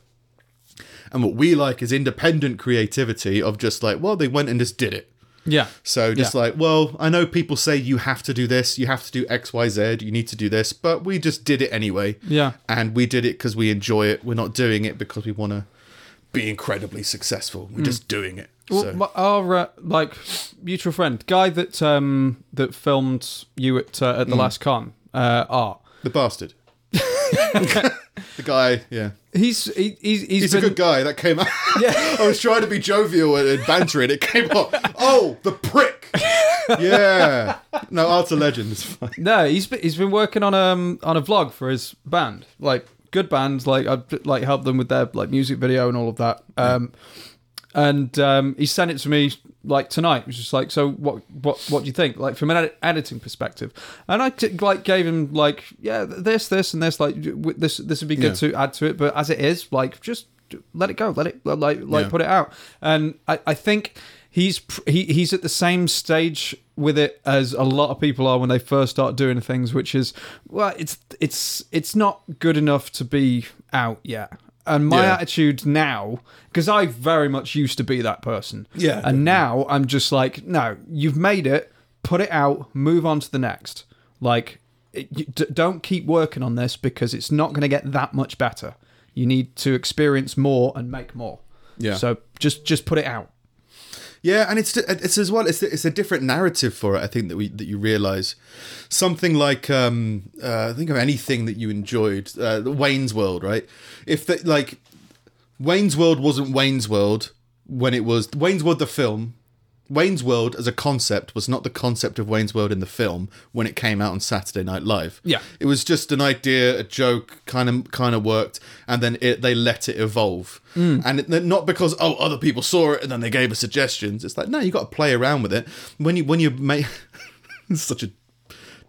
And what we like is independent creativity of just like, well, they went and just did it.
Yeah.
So just like, well, I know people say you have to do this, you have to do X, Y, Z, you need to do this, but we just did it anyway.
Yeah.
And we did it because we enjoy it. We're not doing it because we want to be incredibly successful. We're just doing it.
Hmm. Well,
so
my- our uh, like mutual friend, guy that um that
Mm.
filmed you at uh, at the last con, uh, Art.
the bastard. the guy, yeah,
He's he, he's
he's
been,
a good guy. That came out.
Yeah.
I was trying to be jovial and, and bantering. It came up. Oh, the prick. Yeah. No, Art of Legend is fine.
No, he's been, he's been working on um on a vlog for his band. Like good bands, like I like helped them with their like music video and all of that. Um, and um, he sent it to me like tonight. He was just like, so what what what do you think? Like from an edit- editing perspective. And I t- like gave him like yeah this this and this like w- this this would be good
Yeah.
to add to it. But as it is, like just let it go, let it like like
Yeah.
put it out. And I I think he's pr- he, he's at the same stage with it as a lot of people are when they first start doing things which is well it's it's it's not good enough to be out yet and my
Yeah.
attitude now because i very much used to be that person
Yeah,
and now i'm just like no you've made it put it out move on to the next like it, you, d- don't keep working on this because it's not going to get that much better you need to experience more and make more
Yeah.
so just just put it out
Yeah, and it's it's as well. It's it's a different narrative for it. I think that we that you realize something like um uh, think of anything that you enjoyed. Uh, Wayne's World, right? If that like Wayne's World wasn't Wayne's World when it was Wayne's World the film. Wayne's World as a concept was not the concept of Wayne's World in the film when it came out on Saturday Night Live.
Yeah.
it was just an idea, a joke, kind of kind of worked, and then it, they let it evolve. And it, not because oh other people saw it and then they gave us suggestions. It's like no, you got to play around with it when you when you make. it's such a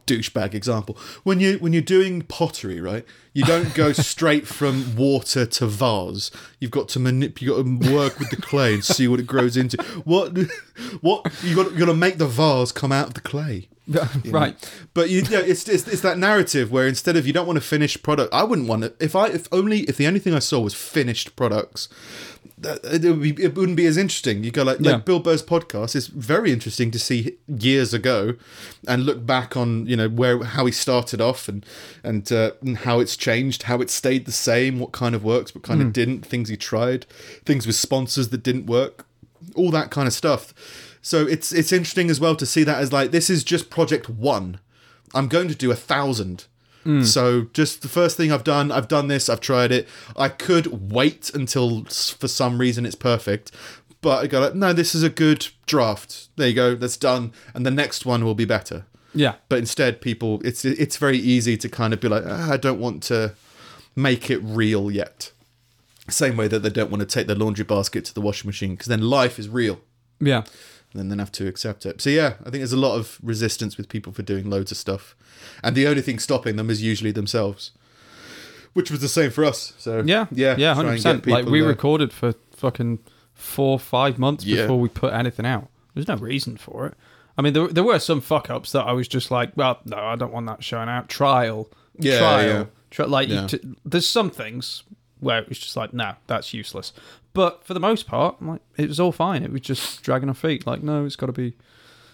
douchebag example. When you when you're doing pottery, right? You don't go straight from water to vase. You've got to manip. You got to work with the clay and see what it grows into. What what you got? You got to make the vase come out of the clay.
right
But you know, it's, it's it's that narrative where instead of you don't want to finish product, I wouldn't want to. If I if only if the only thing I saw was finished products, that, it, would be, it wouldn't be as interesting. You go like
Yeah.
like Bill Burr's podcast is very interesting to see years ago, and look back on you know where how he started off and and, uh, and how it's changed, how it stayed the same, what kind of works, what kind of didn't, things he tried, things with sponsors that didn't work, all that kind of stuff. So it's it's interesting as well to see that as like this is just project one. I'm going to do a thousand. So just the first thing I've done, I've done this, I've tried it. I could wait until s- for some reason it's perfect, but I go like, no, this is a good draft. There you go, that's done, and the next one will be better.
yeah
But instead, people, it's it's very easy to kind of be like, ah, I don't want to make it real yet. Same way that they don't want to take their laundry basket to the washing machine because then life is real
yeah
and then have to accept it. So yeah, I think there's a lot of resistance with people for doing loads of stuff, and the only thing stopping them is usually themselves, which was the same for us. So
Yeah,
yeah, try
yeah, hundred
and get
percent. Like
people
we
there.
recorded for fucking four, five months
Yeah.
before we put anything out. There's no reason for it. I mean, there, there were some fuck ups that I was just like, well, no, I don't want that showing out. Trial,
Yeah,
trial,
yeah.
Tri- like you
Yeah.
t- there's some things where it was just like, no, that's useless. But for the most part, I'm like it was all fine. It was just dragging our feet. Like, no, it's got to be,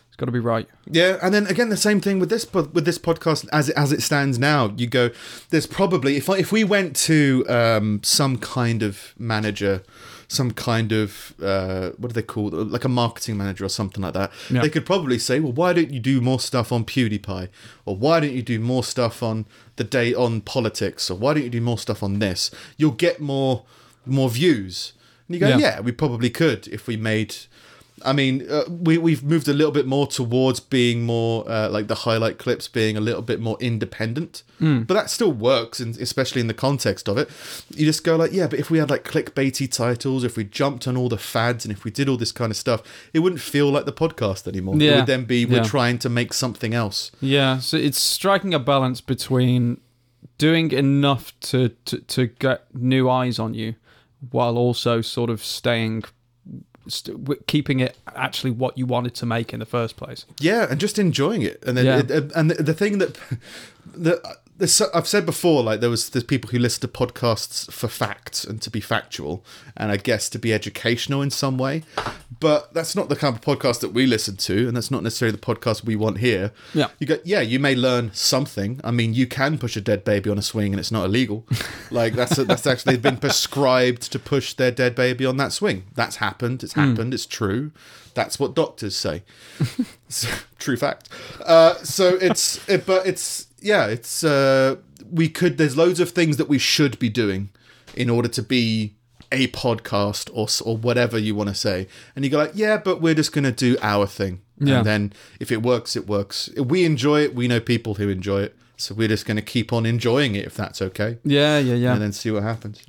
it's got to be right.
Yeah, and then again, the same thing with this pod- with this podcast as it, as it stands now. You go, there's probably if I, if we went to um, some kind of manager, some kind of uh, what do they call it? like a marketing manager or something like that,
Yeah.
they could probably say, well, why don't you do more stuff on PewDiePie, or why don't you do more stuff on the day on politics, or why don't you do more stuff on this? You'll get more more views. And you go,
Yeah.
yeah, yeah, we probably could if we made. I mean, uh, we we've moved a little bit more towards being more uh, like the highlight clips being a little bit more independent,
Hmm.
but that still works, and especially in the context of it, you just go like, yeah, but if we had like clickbaity titles, if we jumped on all the fads, and if we did all this kind of stuff, it wouldn't feel like the podcast anymore. It
Yeah.
would then be we're
Yeah.
trying to make something else.
Yeah, so it's striking a balance between doing enough to, to, to get new eyes on you while also sort of staying, st- w- keeping it actually what you wanted to make in the first place.
Yeah, and just enjoying it. And then
Yeah.
it- and the, the thing that the there's so- I've said before, like there was there's people who listen to podcasts for facts and to be factual, and I guess to be educational in some way. But that's not the kind of podcast that we listen to, and that's not necessarily the podcast we want here.
Yeah.
you go. Yeah, you may learn something. I mean, you can push a dead baby on a swing, and it's not illegal. like that's that's actually been prescribed to push their dead baby on that swing. That's happened. It's
Hmm.
happened. It's true. That's what doctors say. It's a true fact. Uh, so it's it, but it's yeah, it's uh, we could there's loads of things that we should be doing in order to be a podcast or s- or whatever you want to say and you go like yeah but we're just going to do our thing
Yeah.
and then if it works it works If we enjoy it we know people who enjoy it so we're just going to keep on enjoying it if that's okay
Yeah, yeah, yeah.
and then see what happens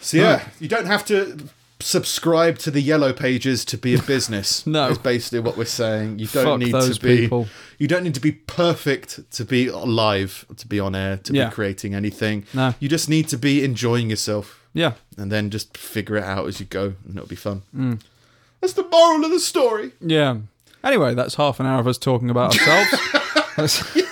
so yeah you don't have to subscribe to the yellow pages to be a business
No.
is basically what we're saying you don't
Fuck
need
those
to be
people.
you don't need to be perfect to be live to be on air to
Yeah.
be creating anything
No.
you just need to be enjoying yourself
yeah.
and then just figure it out as you go and it'll be fun
Mm.
that's the moral of the story
Yeah. Anyway, that's half an hour of us talking about ourselves. That's-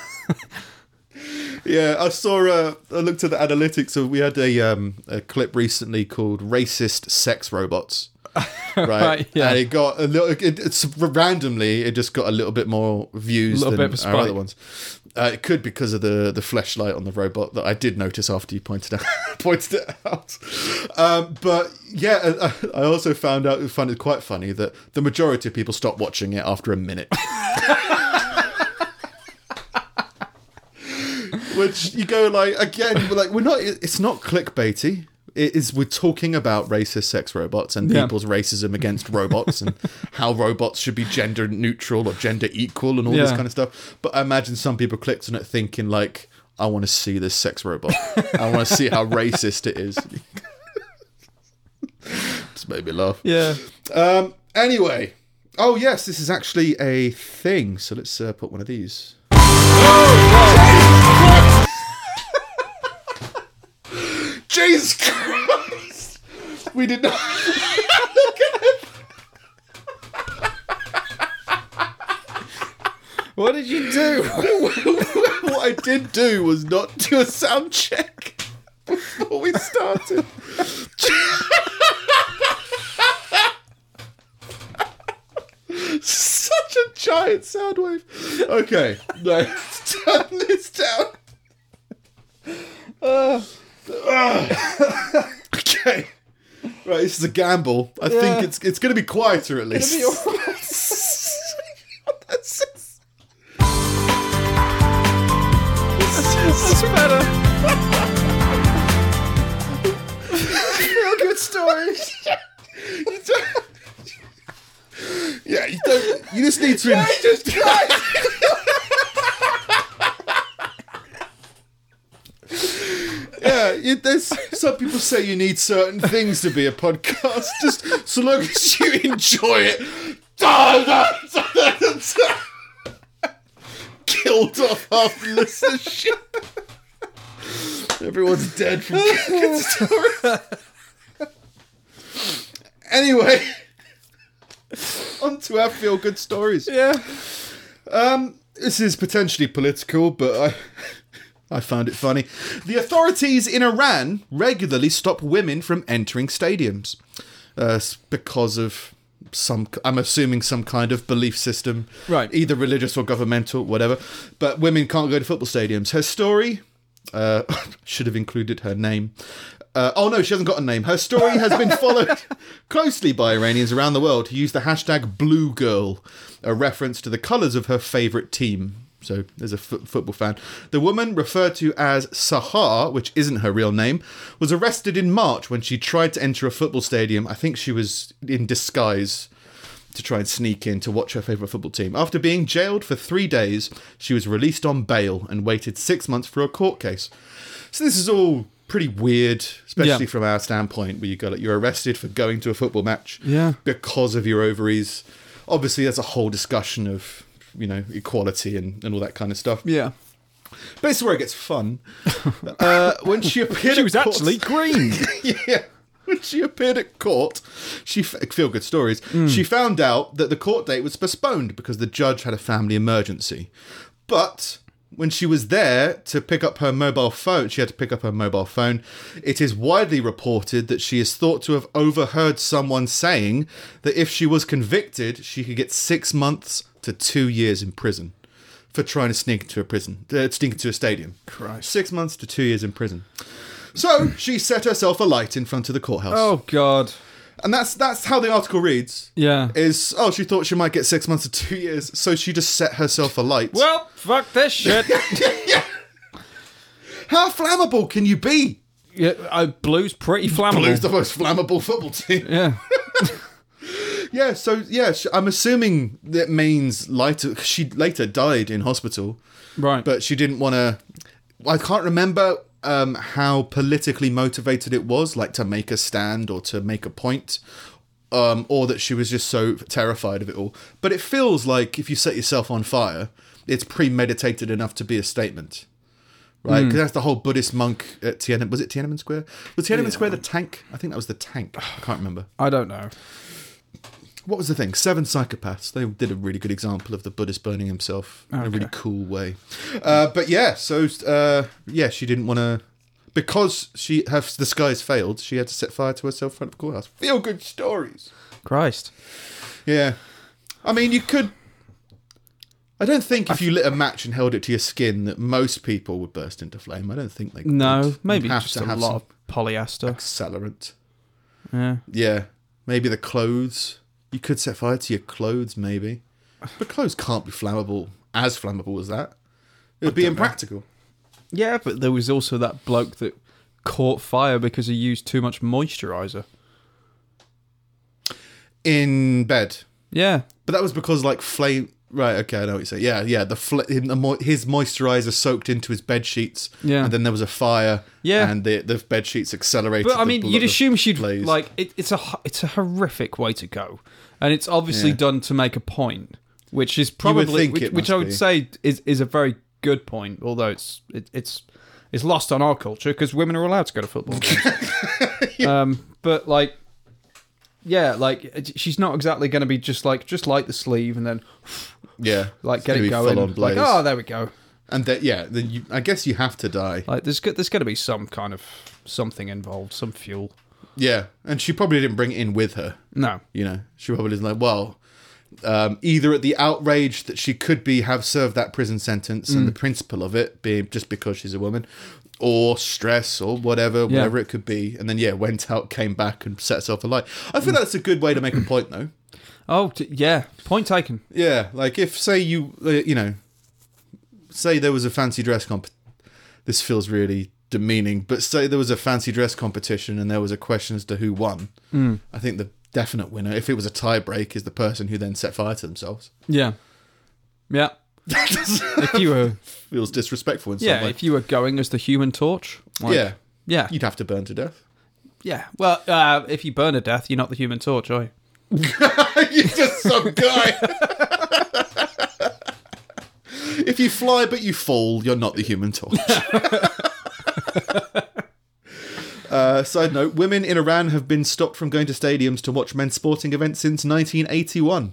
Yeah, I saw. Uh, I looked at the analytics. So we had a um, a clip recently called "Racist Sex Robots." Right,
Right, yeah.
And it got a little. It, it's randomly. It just got a little bit more views
Little
than
bit of
our other
spike.
ones. Uh, it could because of the the flashlight on the robot that I did notice after you pointed out pointed it out. Um, but yeah, I, I also found out found it quite funny that the majority of people stopped watching it after a minute. which you go like again we're like we're not it's not clickbaity it is we're talking about racist sex robots and
Yeah.
people's racism against robots and how robots should be gender neutral or gender equal and all this
Yeah.
kind of stuff but i imagine some people clicked on it thinking like i want to see this sex robot i want to see how racist it is just made me laugh
yeah.
um anyway oh yes this is actually a thing so let's uh, put one of these Jesus Christ! We did not.
What did you do?
what I did do was not do a sound check before we started. Such a giant sound wave. Okay, no, let's turn this down. Ah. okay. Right, this is a gamble. I
Yeah.
think it's it's going to be quieter at least. That's-
That's better.
real good story. you don't. Yeah, you don't. You just need to. yeah, you, there's some people say you need certain things to be a podcast. Just so long as you enjoy it. Killed off half the listenership. Everyone's dead from good stories. Anyway, on to our feel good stories.
Yeah.
Um, this is potentially political, but I, I found it funny. The authorities in Iran regularly stop women from entering stadiums uh, s- because of some, I'm assuming, some kind of belief system,
Right.
Either religious or governmental, whatever. But women can't go to football stadiums. Her story. Uh, should have included her name. Uh, oh no, she hasn't got a name. Her story has been followed closely by Iranians around the world who use the hashtag Blue Girl, a reference to the colours of her favourite team. So there's a fo- football fan. The woman, referred to as Sahar, which isn't her real name, was arrested in March when she tried to enter a football stadium. I think she was in disguise to try and sneak in to watch her favourite football team. After being jailed for three days, she was released on bail and waited six months for a court case. So this is all pretty weird, especially
Yeah.
from our standpoint, where you go like you're arrested for going to a football match
Yeah.
because of your ovaries. Obviously, that's a whole discussion of you know equality and, and all that kind of stuff.
Yeah.
But this is where it gets fun. uh, when she appeared,
She
at
was
court-
actually green.
yeah. When she appeared at court, she f- feel good stories. She found out that the court date was postponed because the judge had a family emergency. But when she was there to pick up her mobile phone, she had to pick up her mobile phone. It is widely reported that she is thought to have overheard someone saying that if she was convicted, she could get six months to two years in prison for trying to sneak into a prison, uh, sneak into a stadium.
Christ.
Six months to two years in prison. So she set herself alight in front of the courthouse.
Oh God.
And that's that's how the article reads.
Yeah.
Is oh she thought she might get six months or two years, so she just set herself alight.
well, fuck this shit.
How flammable can you be?
Yeah, uh, Blues pretty flammable.
Blues the most flammable football team.
yeah.
Yeah, so yeah, sh- I'm assuming that means later she later died in hospital,
Right.
but she didn't want to. I can't remember um, how politically motivated it was, like to make a stand or to make a point, um, or that she was just so terrified of it all. But it feels like if you set yourself on fire, it's premeditated enough to be a statement. Right, 'Cause that's the whole Buddhist monk at Tiananmen. Was it Tiananmen Square? Was Tiananmen Square the tank? I think that was the tank. I can't remember
I don't know.
what was the thing? Seven Psychopaths. They did a really good example of the Buddhist burning himself in a really cool way. Uh, but yeah, so uh, yeah, she didn't want to because she her the skies failed. She had to set fire to herself in front of a courthouse. Feel good stories.
Christ.
Yeah, I mean you could. I don't think if you lit a match and held it to your skin that most people would burst into flame. I don't think they.
No,
could.
maybe
You'd have
just
to
a
have
lot
some
of polyester.
accelerant.
Yeah.
Yeah, maybe the clothes. You could set fire to your clothes, maybe, but clothes can't be flammable. As flammable as that, it would be impractical.
Yeah, but there was also that bloke that caught fire because he used too much moisturizer.
In bed,
Yeah.
but that was because like flame. Right, okay, I know what you say. Yeah, yeah. The, fl- him- the mo- his moisturizer soaked into his bed sheets.
Yeah.
and then there was a fire.
Yeah.
and the the bed sheets accelerated.
But I
the
mean,
bl-
you'd
the
assume she'd
blaze.
like it, it's a ho- it's a horrific way to go, and it's obviously
Yeah.
done to make a point, which is probably
think
which,
it
which
must
I would
be.
say is is a very good point, although it's it, it's it's lost on our culture because women are allowed to go to football. games. um, but like, yeah, like it- she's not exactly going to be just like just light the sleeve and then
yeah,
like
it's
get
gonna
it
be
going.
full-on
Like,
blaze.
oh, there we go.
and that yeah, then you, I guess you have to die.
Like there's go- there's going to be some kind of something involved, some fuel.
Yeah, and she probably didn't bring it in with her.
No,
You know, she probably isn't like, well, um, either at the outrage that she could be have served that prison sentence and the principle of it being just because she's a woman, or stress or whatever, whatever it could be, and then yeah, went out, came back, and set herself alight. I think that's a good way to make a point, though.
oh t- yeah, point taken.
Yeah, like if say you uh, you know, say there was a fancy dress comp. This feels really demeaning, but say there was a fancy dress competition and there was a question as to who won.
Hmm.
I think the definite winner, if it was a tie break, is the person who then set fire to themselves.
Yeah. Yeah.
That doesn't-
If you were
feels disrespectful in some
Yeah,
way.
if you were going as the human torch. like-
yeah,
Yeah.
you'd have to burn to death.
Yeah. Well, uh, if you burn to death, you're not the human torch, are you?
You're just some guy. if you fly but you fall, you're not the human torch. Uh, side note: Women in Iran have been stopped from going to stadiums to watch men's sporting events since 1981.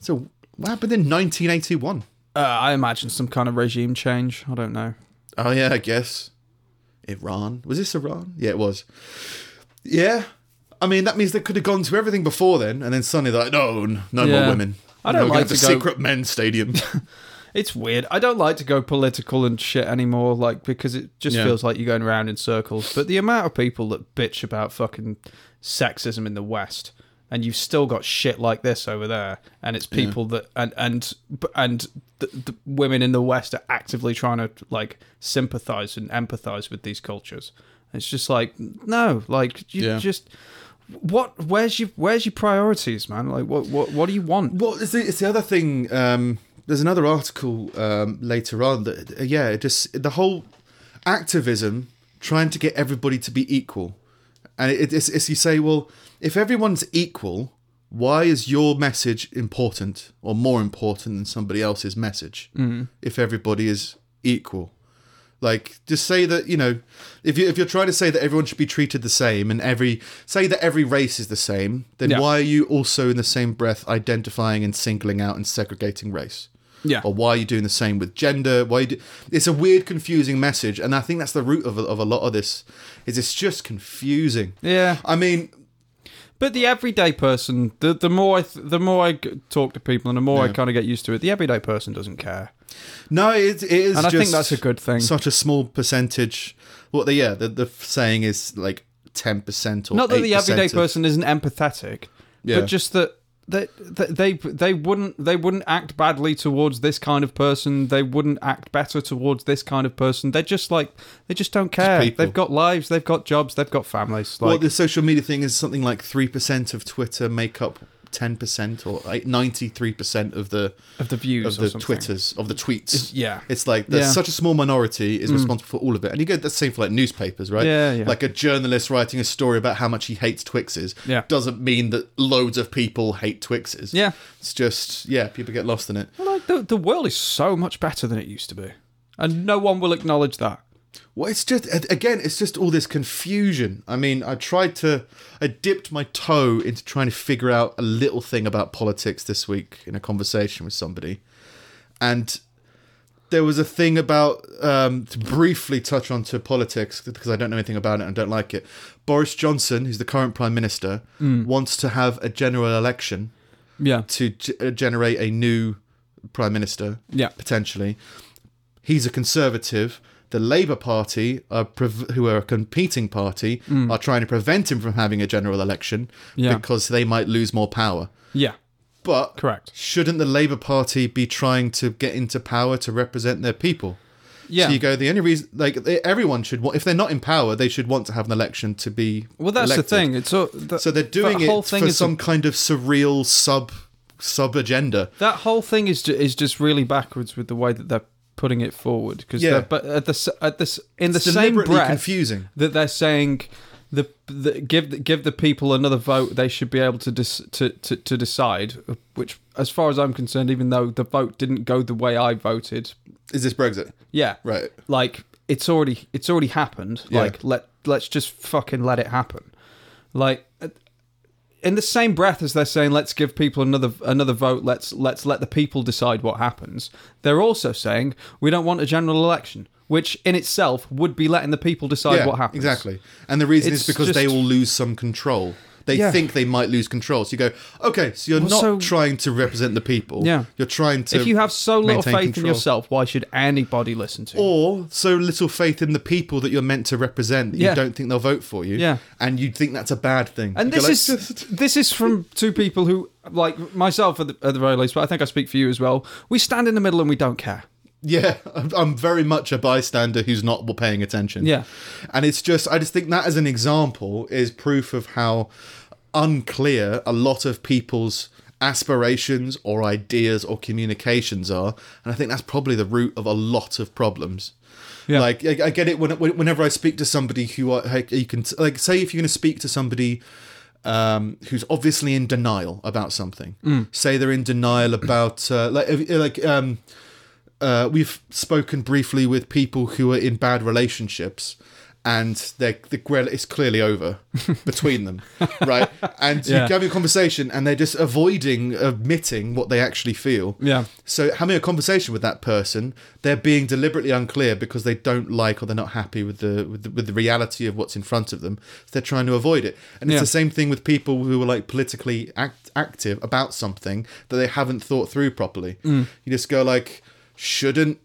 So, what happened in 1981?
Uh, I imagine some kind of regime change. I don't know.
Oh yeah, I guess. Iran was this Iran? Yeah, it was. Yeah, I mean that means they could have gone to everything before then, and then suddenly they're like, no, no
Yeah.
more women.
I don't
We're gonna
like
have a
to go-
secret men's stadium.
It's weird. I don't like to go political and shit anymore, like because it just
Yeah.
feels like you're going around in circles. But the amount of people that bitch about fucking sexism in the West, and you've still got shit like this over there, and it's people that and and and the, the women in the West are actively trying to like sympathize and empathize with these cultures. And It's just like no, like you
Yeah.
just what? Where's your where's your priorities, man? Like what what what do you want?
well, it's the, it's the other thing. Um, there's another article um, later on that uh, yeah, it just the whole activism trying to get everybody to be equal, and it, it's, it's you say, well, if everyone's equal, why is your message important or more important than somebody else's message? Mm. If everybody is equal, Like, just say that you know, if you if you're trying to say that everyone should be treated the same, and every say that every race is the same, then
Yeah.
why are you also in the same breath identifying and singling out and segregating race?
Yeah.
Or why are you doing the same with gender? Why? You do, it's a weird, confusing message, and I think that's the root of of a lot of this. Is it's just confusing.
Yeah.
I mean,
But the everyday person, the the more I th- the more I g- talk to people, and the more I kind of get used to it, the everyday person doesn't care.
No, it, it is.
And I think
just
that's a good thing.
Such a small percentage. What the yeah, the, the saying is like ten percent or
Not that the
8%
everyday
of-
person isn't empathetic,
Yeah.
but just that they, they they they wouldn't they wouldn't act badly towards this kind of person. They wouldn't act better towards this kind of person. They're just like they just don't care.
people.
they've got lives, they've got jobs, they've got families. Like
well, the social media thing is something like three percent of Twitter make up ten percent or ninety-three percent of the
of the views
of
or
the
something.
twitters of the tweets.
yeah.
it's like there's
Yeah. Mm.
such a small minority is responsible for all of it, and you get the same for like newspapers, right?
Yeah, yeah.
Like a journalist writing a story about how much he hates Twixes
Yeah.
doesn't mean that loads of people hate Twixes.
Yeah.
it's just yeah, people get lost in it.
Like the the world is so much better than it used to be, and no one will acknowledge that.
Well, it's just a- again, it's just all this confusion. I mean, I tried to, I dipped my toe into trying to figure out a little thing about politics this week in a conversation with somebody, and there was a thing about um, to briefly touch on to politics because I don't know anything about it and don't like it. Boris Johnson, who's the current prime minister, wants to have a general election
Yeah,
to g- uh, generate a new prime minister.
Yeah.
potentially. He's a conservative. The Labour Party, are prev- who are a competing party, are trying to prevent him from having a general election
Mm. Yeah.
because they might lose more power.
yeah,
But
correct.
shouldn't the Labour Party be trying to get into power to represent their people?
Yeah,
So you go. The only reason, like they- everyone should, want, if they're not in power, they should want to have an election to be.
well, that's
elected.
the thing. It's all, that,
So they're doing
that whole
it
thing
for
is
some kind of surreal sub sub agenda.
that whole thing is ju- is just really backwards with the way that they're putting it forward. Because
Yeah.
but at the s- at this in the same
deliberately
breath
confusing.
that they're saying. The, the give the, give the people another vote. They should be able to, dis, to to to decide. Which, as far as I'm concerned, even though the vote didn't go the way I voted,
Is this Brexit?
Yeah.
Right.
Like it's already it's already happened.
Yeah.
Like let let's just fucking let it happen. Like uh, in the same breath as they're saying let's give people another another vote, let's let's let the people decide what happens. They're also saying we don't want a general election, which in itself would be letting the people decide what happens.
Exactly. And the reason is
It's
because they
just-
will lose some control. They
Yeah.
think they might lose control. So you go, okay, so you're
Well,
not
so-
trying to represent the people.
Yeah.
You're trying to.
If you have so little
maintain
faith in
control.
yourself, why should anybody listen to you?
Or so little faith in the people that you're meant to represent that you
Yeah.
don't think they'll vote for you.
Yeah.
And you'd think that's a bad thing.
And
You
this
go like,
is this is from two people who, like myself at the, at the very least, but I think I speak for you as well. We stand in the middle and we don't care.
Yeah, I'm- I'm very much a bystander who's not paying attention.
Yeah.
And it's just, I just think that as an example is proof of how unclear a lot of people's aspirations or ideas or communications are. And I think that's probably the root of a lot of problems.
Yeah.
Like I, I get it when, when- whenever I speak to somebody who are, like, you can like say if you're going to speak to somebody um, who's obviously in denial about something.
Mm.
Say they're in denial about uh, like if- like um, uh, we've spoken briefly with people who are in bad relationships. And they're- the grell is clearly over between them, right? And
Yeah.
you're having a conversation, and they're just avoiding admitting what they actually feel.
Yeah.
So having a conversation with that person, they're being deliberately unclear because they don't like or they're not happy with the with the, with the reality of what's in front of them. So they're trying to avoid it, and it's
Yeah.
the same thing with people who are like politically act, active about something that they haven't thought through properly.
Mm.
You just go like, shouldn't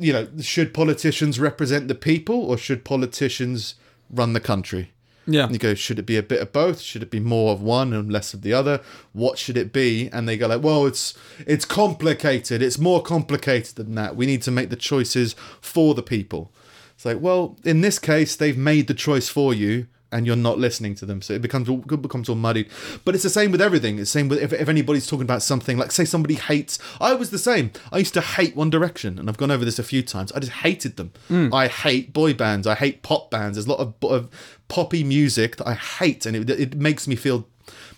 you know? Should politicians represent the people or should politicians run the country?
Yeah.
And you go, should it be a bit of both? Should it be more of one and less of the other? What should it be? And they go like, well, it's it's complicated. It's more complicated than that. We need to make the choices for the people. It's like, well, in this case, they've made the choice for you, and you're not listening to them. So it becomes all, it becomes all muddied. But it's the same with everything. It's the same with if, if anybody's talking about something like, say, somebody hates. I was the same. I used to hate One Direction, and I've gone over this a few times. I just hated them. I hate boy bands. I hate pop bands. There's a lot of, of poppy music that I hate, and it, it makes me feel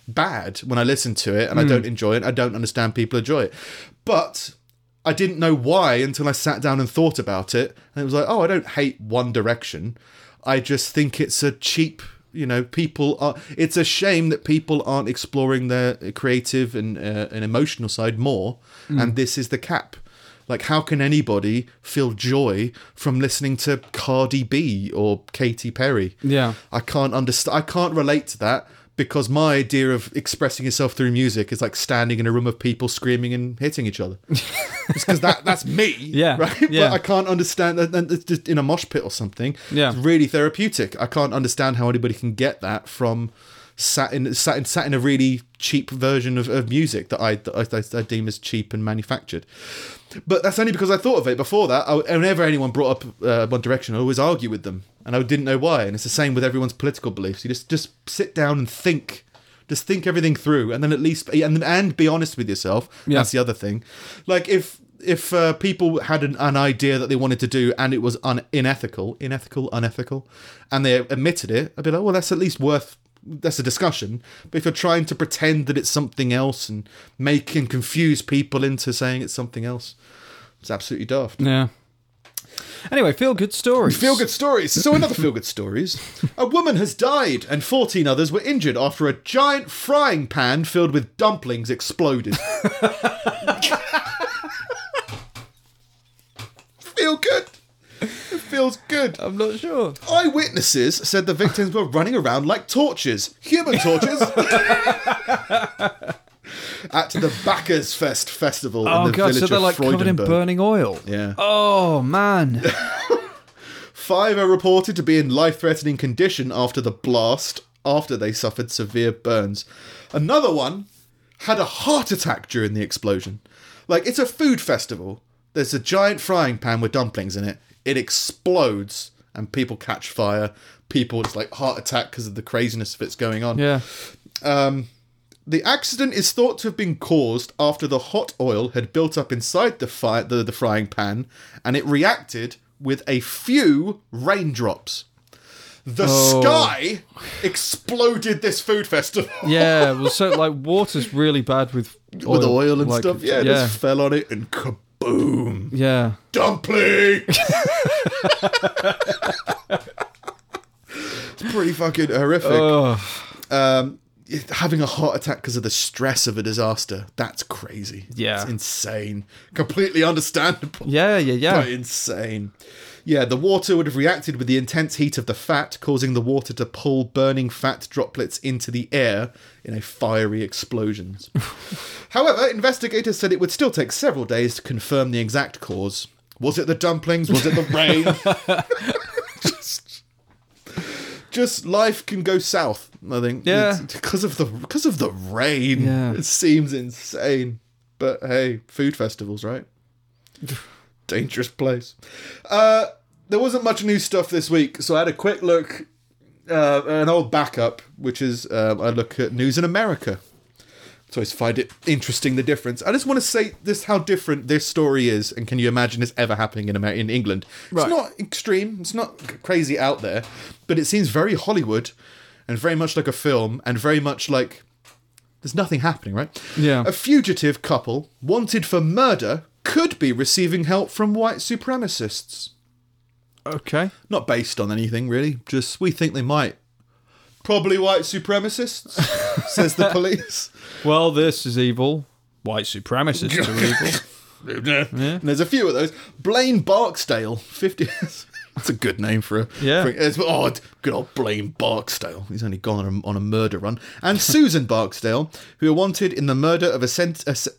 bad when I listen to it, and I don't enjoy it. I don't understand people enjoy it, but I didn't know why until I sat down and thought about it, and it was like, oh, I don't hate One Direction. I just think it's a cheap. You know, people are. It's a shame that people aren't exploring their creative and uh, and emotional side more, and this is the cap. Like, how can anybody feel joy from listening to Cardi B or Katy Perry?
Yeah.
I can't understand. I can't relate to that because my idea of expressing yourself through music is like standing in a room of people screaming and hitting each other. it's because that that's me.
Yeah,
Right.
yeah.
But I can't understand that. that- That's just in a mosh pit or something.
Yeah.
It's really therapeutic. I can't understand how anybody can get that from sat in sat in, sat in a really cheap version of, of music that I that I, I deem as cheap and manufactured. But that's only because I thought of it. Before that, I, whenever anyone brought up uh, One Direction, I always argue with them, and I didn't know why. And it's the same with everyone's political beliefs. You just just sit down and think. Just think everything through, and then at least and and be honest with yourself.
Yeah.
That's the other thing. Like if if uh, people had an, an idea that they wanted to do and it was un- unethical, unethical, unethical, and they admitted it, I'd be like, well, that's at least worth. That's a discussion. But if you're trying to pretend that it's something else and make and confuse people into saying it's something else, it's absolutely daft.
Yeah. Anyway, feel good stories.
Feel good stories. So, another feel good stories. A woman has died and 14 others were injured after a giant frying pan filled with dumplings exploded. feel good. It feels good.
I'm not sure.
Eyewitnesses said the victims were running around like torches, human torches. At the Backers Fest festival in
Oh
the
god,
village
so they're
of
like covered in
Freudenberg.
burning oil.
Yeah.
Oh man.
Five are reported to be in life threatening condition after the blast, after they suffered severe burns. Another one had a heart attack during the explosion. Like, it's a food festival. There's a giant frying pan with dumplings in it. It explodes, and people catch fire. People, it's like heart attack because of the craziness of it's going on.
yeah.
Um, the accident is thought to have been caused after the hot oil had built up inside the, fi- the, the frying pan and it reacted with a few raindrops. The
Oh.
sky exploded this food festival.
Yeah. Well, so like water's really bad with oil,
With oil and
like,
stuff. Yeah, it
Yeah.
just fell on it and kaboom.
yeah.
Dumpling! it's pretty fucking horrific.
Oh,
um, having a heart attack because of the stress of a disaster. That's crazy.
Yeah.
It's insane. Completely understandable.
yeah. Yeah.
But
Yeah.
insane. Yeah, the water would have reacted with the intense heat of the fat, causing the water to pull burning fat droplets into the air in a fiery explosion. However, investigators said it would still take several days to confirm the exact cause. Was it the dumplings? Was it the rain? just, just life can go south. I think.
Yeah.
because of the because of the rain.
Yeah.
It seems insane, but hey, food festivals, right? dangerous place. Uh, there wasn't much new stuff this week, so I had a quick look, uh, an old backup, which is uh, I look at news in America. So I always find it interesting the difference. I just want to say this: how different this story is, and can you imagine this ever happening in Amer- in England?
Right.
It's not extreme, it's not c- crazy out there, but it seems very Hollywood, and very much like a film, and very much like there's nothing happening, right?
Yeah.
A fugitive couple wanted for murder could be receiving help from white supremacists.
Okay.
Not based on anything, really. Just we think they might. Probably white supremacists, says the police.
Well, this is evil. White supremacists are evil.
And there's a few of those. Blaine Barksdale, 50. That's a good name for a.
Yeah.
For, it's, oh, good old Blaine Barksdale. He's only gone on a, on a murder run. And Susan Barksdale, who are wanted in the murder of a, sent, a se-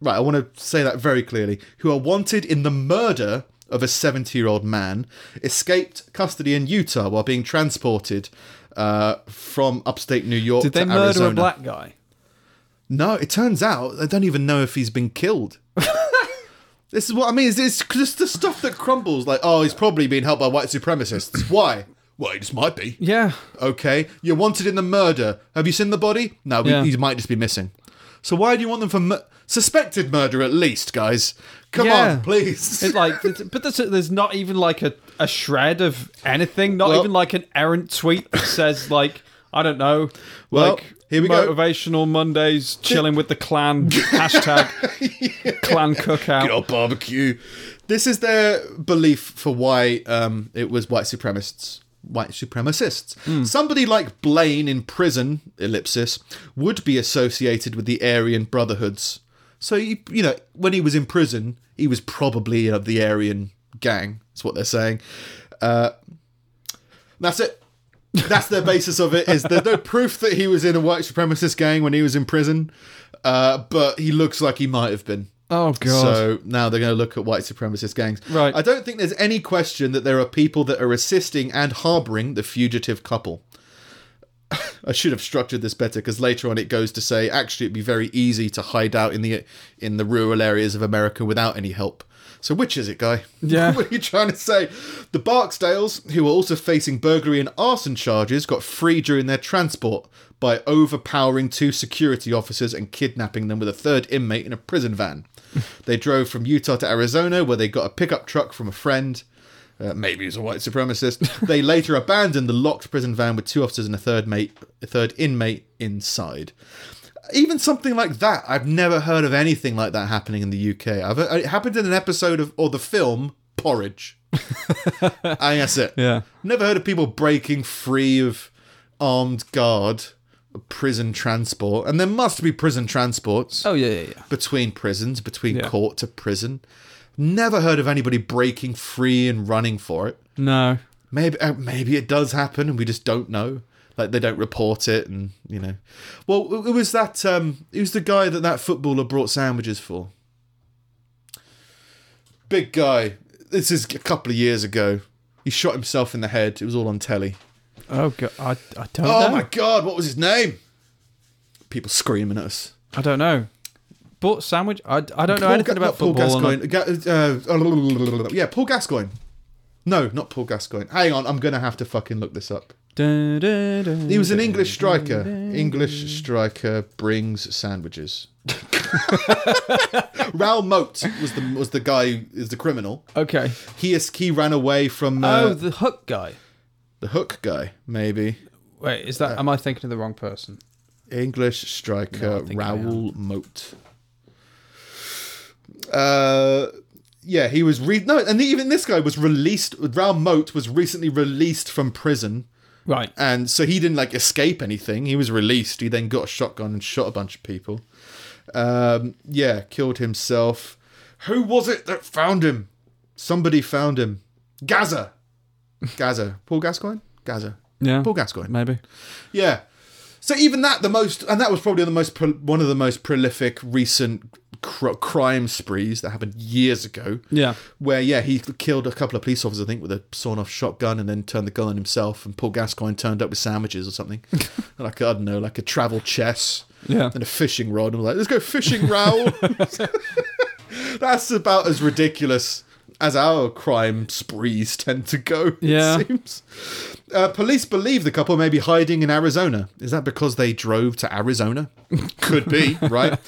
Right, I want to say that very clearly. Who are wanted in the murder of a 70 year old man, escaped custody in Utah while being transported uh, from upstate New York
Did they
to
murder
Arizona.
a black guy?
No, it turns out I don't even know if he's been killed. this is what I mean. It's, it's just the stuff that crumbles. Like, oh, he's probably been helped by white supremacists. Why? Well, he just might be.
Yeah.
Okay, you're wanted in the murder. Have you seen the body? No, we,
Yeah.
he might just be missing. So why do you want them for mur- suspected murder at least, guys? Come
Yeah.
on, please.
It, like, but there's, there's not even like a, a shred of anything. Not
Well-
even like an errant tweet that says like I don't know.
Well,
like,
here we go.
motivational Mondays, chilling with the clan hashtag clan cookout.
Good old barbecue. This is their belief for why um, it was white supremacists. White supremacists. Somebody like Blaine in prison, ellipsis, would be associated with the Aryan Brotherhoods. So, you, you know, when he was in prison, he was probably of the Aryan gang. That's what they're saying. Uh, That's it. That's their basis of it. Is there's no proof that he was in a white supremacist gang when he was in prison, uh, but he looks like he might have been.
Oh god.
So now they're going to look at white supremacist gangs.
Right.
I don't think there's any question that there are people that are assisting and harboring the fugitive couple. I should have structured this better because later on it goes to say actually it'd be very easy to hide out in the in the rural areas of America without any help. So which is it, guy?
Yeah.
what are you trying to say? The Barksdales, who were also facing burglary and arson charges, got free during their transport by overpowering two security officers and kidnapping them with a third inmate in a prison van. they drove from Utah to Arizona, where they got a pickup truck from a friend. Uh, maybe he's a white supremacist. they later abandoned the locked prison van with two officers and a third mate, a third inmate inside. Even something like that, I've never heard of anything like that happening in the UK. I've, it happened in an episode of or the film Porridge. I guess it.
Yeah.
Never heard of people breaking free of armed guard, prison transport, and there must be prison transports
Oh yeah, yeah, yeah.
between prisons, between
Yeah.
court to prison. Never heard of anybody breaking free and running for it.
No.
Maybe uh, maybe it does happen and we just don't know. Like they don't report it, and you know. Well, who who was that? Um, who's the guy that that footballer brought sandwiches for? Big guy. This is a couple of years ago. He shot himself in the head. It was all on telly.
Oh god, I, I don't
Oh
know.
my god! What was his name? People screaming at us.
I don't know. But sandwich, I, I don't know
Paul
anything
Ga-
about
not Paul
football. and I-
Gascoigne. Ga- uh, yeah, Paul Gascoigne. No, not Paul Gascoigne. Hang on, I'm gonna have to fucking look this up.
Dun, dun, dun,
He was an
dun.
English striker. English striker brings sandwiches. Raoul Moat was the was the guy who is the criminal.
Okay.
He is, he ran away from uh,
oh,
the-,
the hook guy.
hook guy, maybe.
Wait, is
Uh,
that? am I thinking of the wrong person?
English
No, I
striker
think I
Raoul Moat. Uh, yeah, he was re- no, and even this guy was released. Raoul Moat was recently released from prison,
Right.
and so he didn't like escape anything. He was released. He then got a shotgun and shot a bunch of people. Um, yeah, killed himself. Who was it that found him? Somebody found him. Gaza, Gaza. Paul Gascoigne. Gaza.
Yeah.
Paul Gascoigne.
Maybe.
Yeah. So even that, the most, and that was probably the most pro- one of the most prolific recent cr- crime sprees that happened years ago.
Yeah.
Where yeah, he killed a couple of police officers, I think, with a sawn-off shotgun, and then turned the gun on himself. And Paul Gascoigne turned up with sandwiches or something, like I don't know, like a travel chess
Yeah.
and a fishing rod. And was like, let's go fishing, Raoul. That's about as ridiculous as our crime sprees tend to go. it
Yeah.
seems. Uh, police believe the couple may be hiding in Arizona. Is that because they drove to Arizona? Could be, right?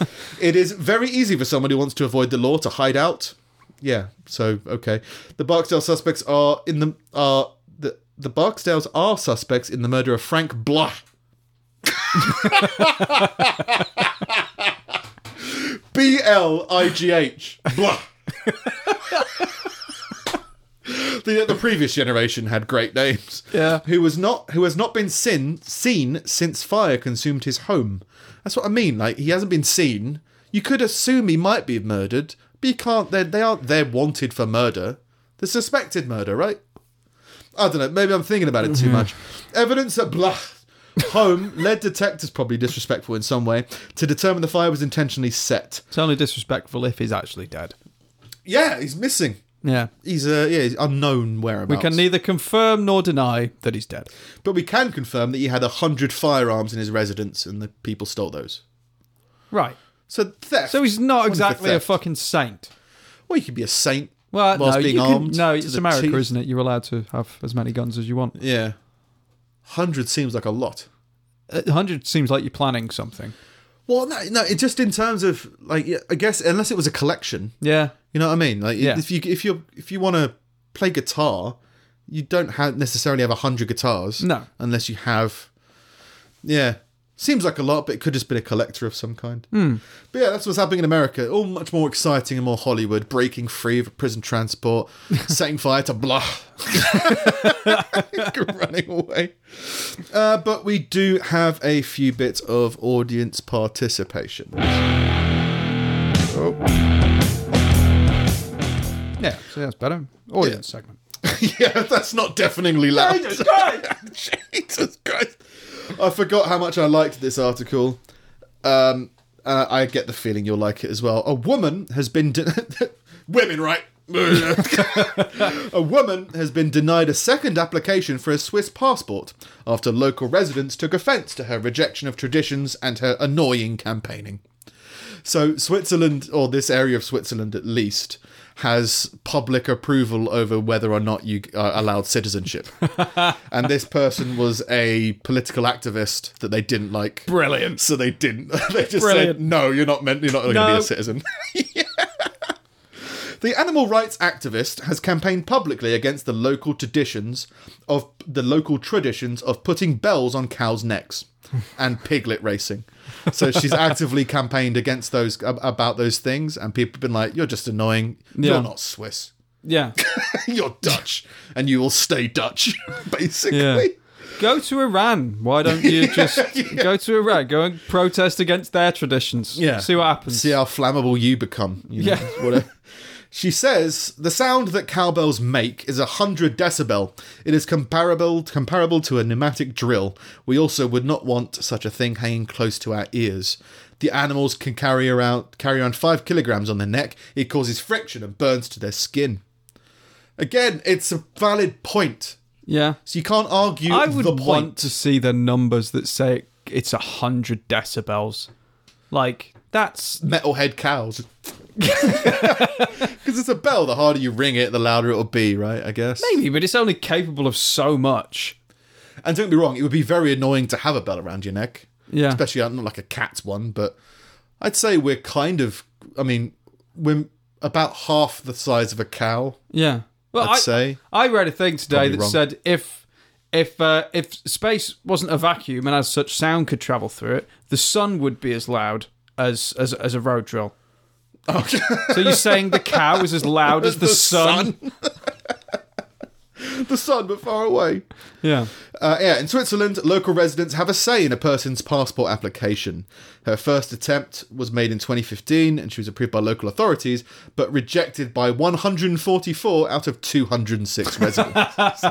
It is very easy for someone who wants to avoid the law to hide out. Yeah, so okay. The Barksdale suspects are in the are the the Barksdales are suspects in the murder of Frank Blah. B L I G H. Blah. the, the previous generation had great names.
Yeah.
Who was not who has not been sin, seen since fire consumed his home. That's what I mean. Like he hasn't been seen. You could assume he might be murdered, but you can't. They they aren't. They're wanted for murder. The suspected murder, right? I don't know. Maybe I'm thinking about it too much. Evidence at blah. Home led detectives, probably disrespectful in some way, to determine the fire was intentionally set.
It's only disrespectful if he's actually dead.
Yeah, he's missing.
Yeah.
He's uh, yeah, he's unknown
We
whereabouts.
can neither confirm nor deny that he's dead.
but we can confirm that he had a hundred firearms in his residence, and the people stole those.
Right.
So theft.
So he's not
One is the
exactly a
theft.
fucking saint.
Well, you could be a saint.
Well,
whilst
no,
being
you can-
armed
no,
to
it's
the
America,
teeth.
isn't it? You're allowed to have as many guns as you want.
Yeah, hundred seems like a lot.
Uh, 100 seems like you're planning something.
Well, no, no. It just in terms of like, yeah, I guess unless it was a collection,
Yeah.
you know what I mean. Like,
Yeah.
if you if you if you want to play guitar, you don't have necessarily have hundred guitars.
No.
unless you have. Yeah, seems like a lot, but it could just been a collector of some kind.
Hmm.
But yeah, that's what's happening in America. All much more exciting and more Hollywood. Breaking free of prison transport, setting fire to blah, running away. Uh, but we do have a few bits of audience participation.
Yeah. So that's better. Audience segment.
yeah, that's not deafeningly loud. Jesus Christ. I forgot how much I liked this article. Um, uh, I get the feeling you'll like it as well. A woman has been. De- Women, right? a woman has been denied a second application for a Swiss passport after local residents took offence to her rejection of traditions and her annoying campaigning. So, Switzerland, or this area of Switzerland at least, has public approval over whether or not you are allowed citizenship. and this person was a political activist that they didn't like.
Brilliant.
So they didn't. They just
Brilliant.
said, "No, you're not meant. You're not going to be
No.
a citizen." Yeah. The animal rights activist has campaigned publicly against the local traditions of the local traditions of putting bells on cows' necks and piglet racing. So she's actively campaigned against those ab- about those things, and people have been like, "You're just annoying.
Yeah.
You're not Swiss.
Yeah.
You're Dutch, and you will stay Dutch." Basically.
Yeah. Go to Iran. Why don't you just go to Iran? Go and protest against their traditions.
Yeah.
See what happens.
see how flammable you become. you know,
Yeah.
whatever. She says the sound that cowbells make is hundred decibel. It is comparable comparable to a pneumatic drill. We also would not want such a thing hanging close to our ears. The animals can carry around carry around five kilograms on their neck. It causes friction and burns to their skin. Again, it's a valid point.
yeah.
So you can't argue
I would
the point.
want to see the numbers that say it's a hundred decibels. Like that's
metalhead cows. Because it's a bell. The harder you ring it, the louder it'll be, right? I guess.
maybe, but it's only capable of so much.
And don't be wrong, it would be very annoying to have a bell around your neck.
Yeah.
Especially uh, not like a cat's one, but I'd say we're kind of. I mean, we're about half the size of a cow.
Yeah. Well,
I'd
I,
say.
I read a thing today
Probably
that
wrong.
said if if uh, if space wasn't a vacuum and as such sound could travel through it, the sun would be as loud as as, as a road drill. so you're saying the cow is as loud as the, sun?
the sun, but far away.
Yeah.
Uh, yeah, in Switzerland, local residents have a say in a person's passport application. Her first attempt was made in 2015 and she was approved by local authorities, but rejected by 144 out of 206 residents.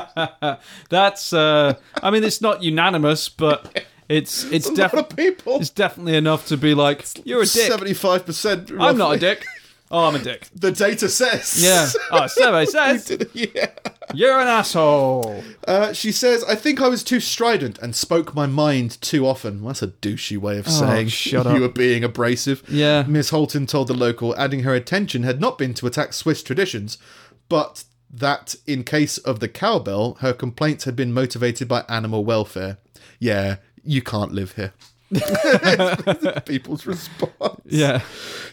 That's uh I mean it's not unanimous, but it's it's
a lot
definitely
of people.
it's definitely enough to be like you're a dick.
75%.
I'm not a
roughly.
dick. Oh, I'm a dick.
The data says.
Yeah. Oh, survey says
yeah.
you're an asshole.
Uh, she says, I think I was too strident and spoke my mind too often. Well, that's a douchey way of saying
Oh, shut
you
up.
were being abrasive.
Yeah.
Miss Holton told the local, adding her attention had not been to attack Swiss traditions, but that in case of the cowbell, her complaints had been motivated by animal welfare. Yeah, you can't live here. People's response.
Yeah.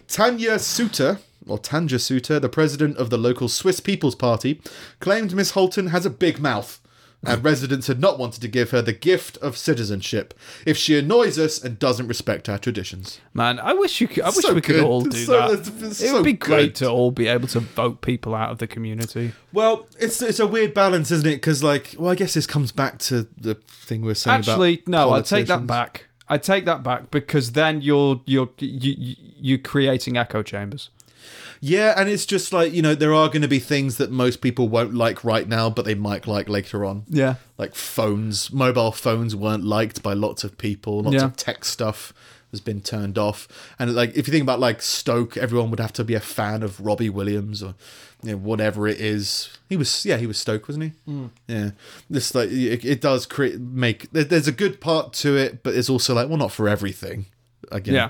Tanya Suter, or Tanja Suter, the president of the local Swiss People's Party, claimed Miss Holton has a big mouth. And residents had not wanted to give her the gift of citizenship if she annoys us and doesn't respect our traditions.
Man, I wish you could, I wish
so
we could
good.
all do
It's so-
that.
it's- it's
it would
so
be great
good.
to all be able to vote people out of the community.
Well, it's it's a weird balance, isn't it? Because like, well, I guess this comes back to the thing we are saying
Actually,
about
no, I take that
politicians.
back. I take that back because then you're you're you, you, you're creating echo chambers.
Yeah, and it's just like you know there are going to be things that most people won't like right now, but they might like later on.
Yeah.
like phones, mobile phones weren't liked by lots of people. Lots
Yeah.
of tech stuff has been turned off. And like, if you think about like Stoke, everyone would have to be a fan of Robbie Williams or you know, whatever it is. He was, yeah, he was Stoke, wasn't he?
Mm.
Yeah, this like it, it does create make. there- There's a good part to it, but it's also like, well, not for everything. Again,
Yeah.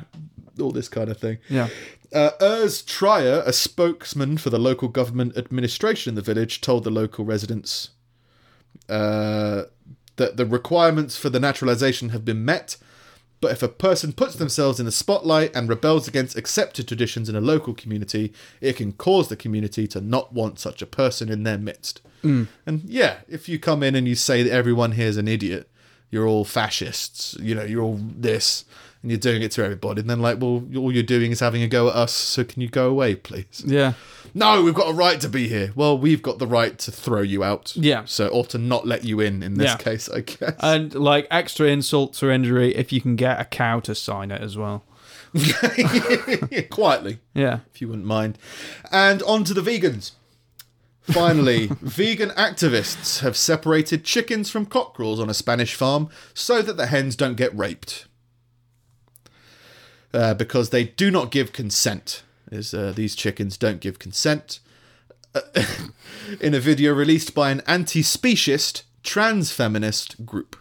all this kind of thing.
Yeah.
Uh, Urs Trier, a spokesman for the local government administration in the village, told the local residents uh, that the requirements for the naturalization have been met. But if a person puts themselves in the spotlight and rebels against accepted traditions in a local community, it can cause the community to not want such a person in their midst. And yeah, if you come in and you say that everyone here is an idiot, you're all fascists, you know, you're all this, and you're doing it to everybody, and then like, well, all you're doing is having a go at us, so can you go away, please?
Yeah.
No, we've got a right to be here. Well, we've got the right to throw you out.
Yeah.
So, or to not let you in in this
Yeah. Uh,
case, I guess.
And like extra insults or injury if you can get a cow to sign it as well.
Quietly,
Yeah.
if you wouldn't mind. And on to the vegans. Finally, vegan activists have separated chickens from cockerels on a Spanish farm so that the hens don't get raped. Uh, because they do not give consent. Is uh, these chickens don't give consent. in a video released by an anti speciest trans feminist group.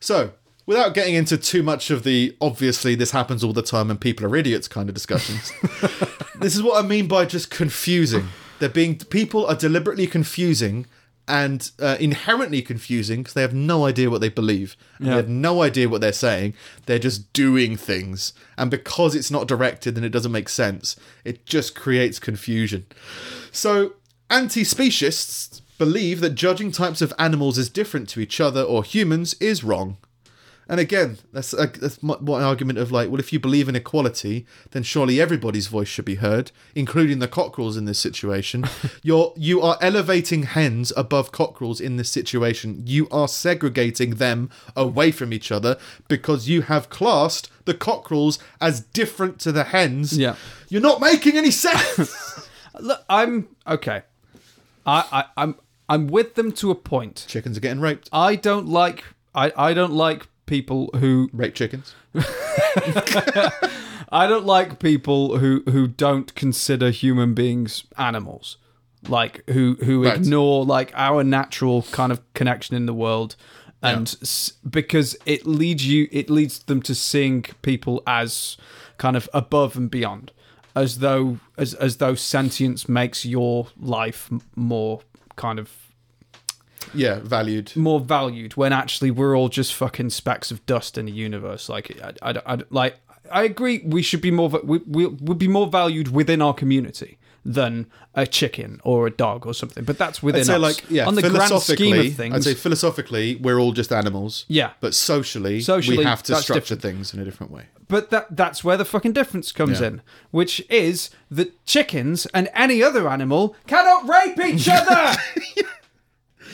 So, without getting into too much of the obviously this happens all the time and people are idiots kind of discussions, this is what I mean by just confusing. They're being people are deliberately confusing and uh, inherently confusing because they have no idea what they believe. And They
Yeah.
have no idea what they're saying. They're just doing things, and because it's not directed and it doesn't make sense, it just creates confusion. So, anti speciesists believe that judging types of animals as different to each other or humans is wrong. And again, that's, uh, that's my, my argument of like, well, if you believe in equality, then surely everybody's voice should be heard, including the cockerels in this situation. You're you are elevating hens above cockerels in this situation. You are segregating them away from each other because you have classed the cockerels as different to the hens.
Yeah.
you're not making any sense.
Look, I'm okay. I, I I'm I'm with them to a point.
Chickens are getting raped.
I don't like I, I don't like people who
Rape chickens.
I don't like people who who don't consider human beings animals. Like who who
Right.
ignore like our natural kind of connection in the world and s- because it leads you it leads them to seeing people as kind of above and beyond as though as as though sentience makes your life m- more kind of
Yeah, valued.
more valued when actually we're all just fucking specks of dust in the universe. Like, I, I, I- like, I agree. We should be more. va- We we would be more valued within our community than a chicken or a dog or something. But that's within
I'd say
us.
like yeah,
On the grand
philosophically,
scheme of things,
I'd say philosophically, we're all just animals.
Yeah.
but socially, we
Socially,
have to
that's
structure
different.
things in a different way.
but that that's where the fucking difference comes
Yeah.
in, which is that chickens and any other animal cannot rape each other.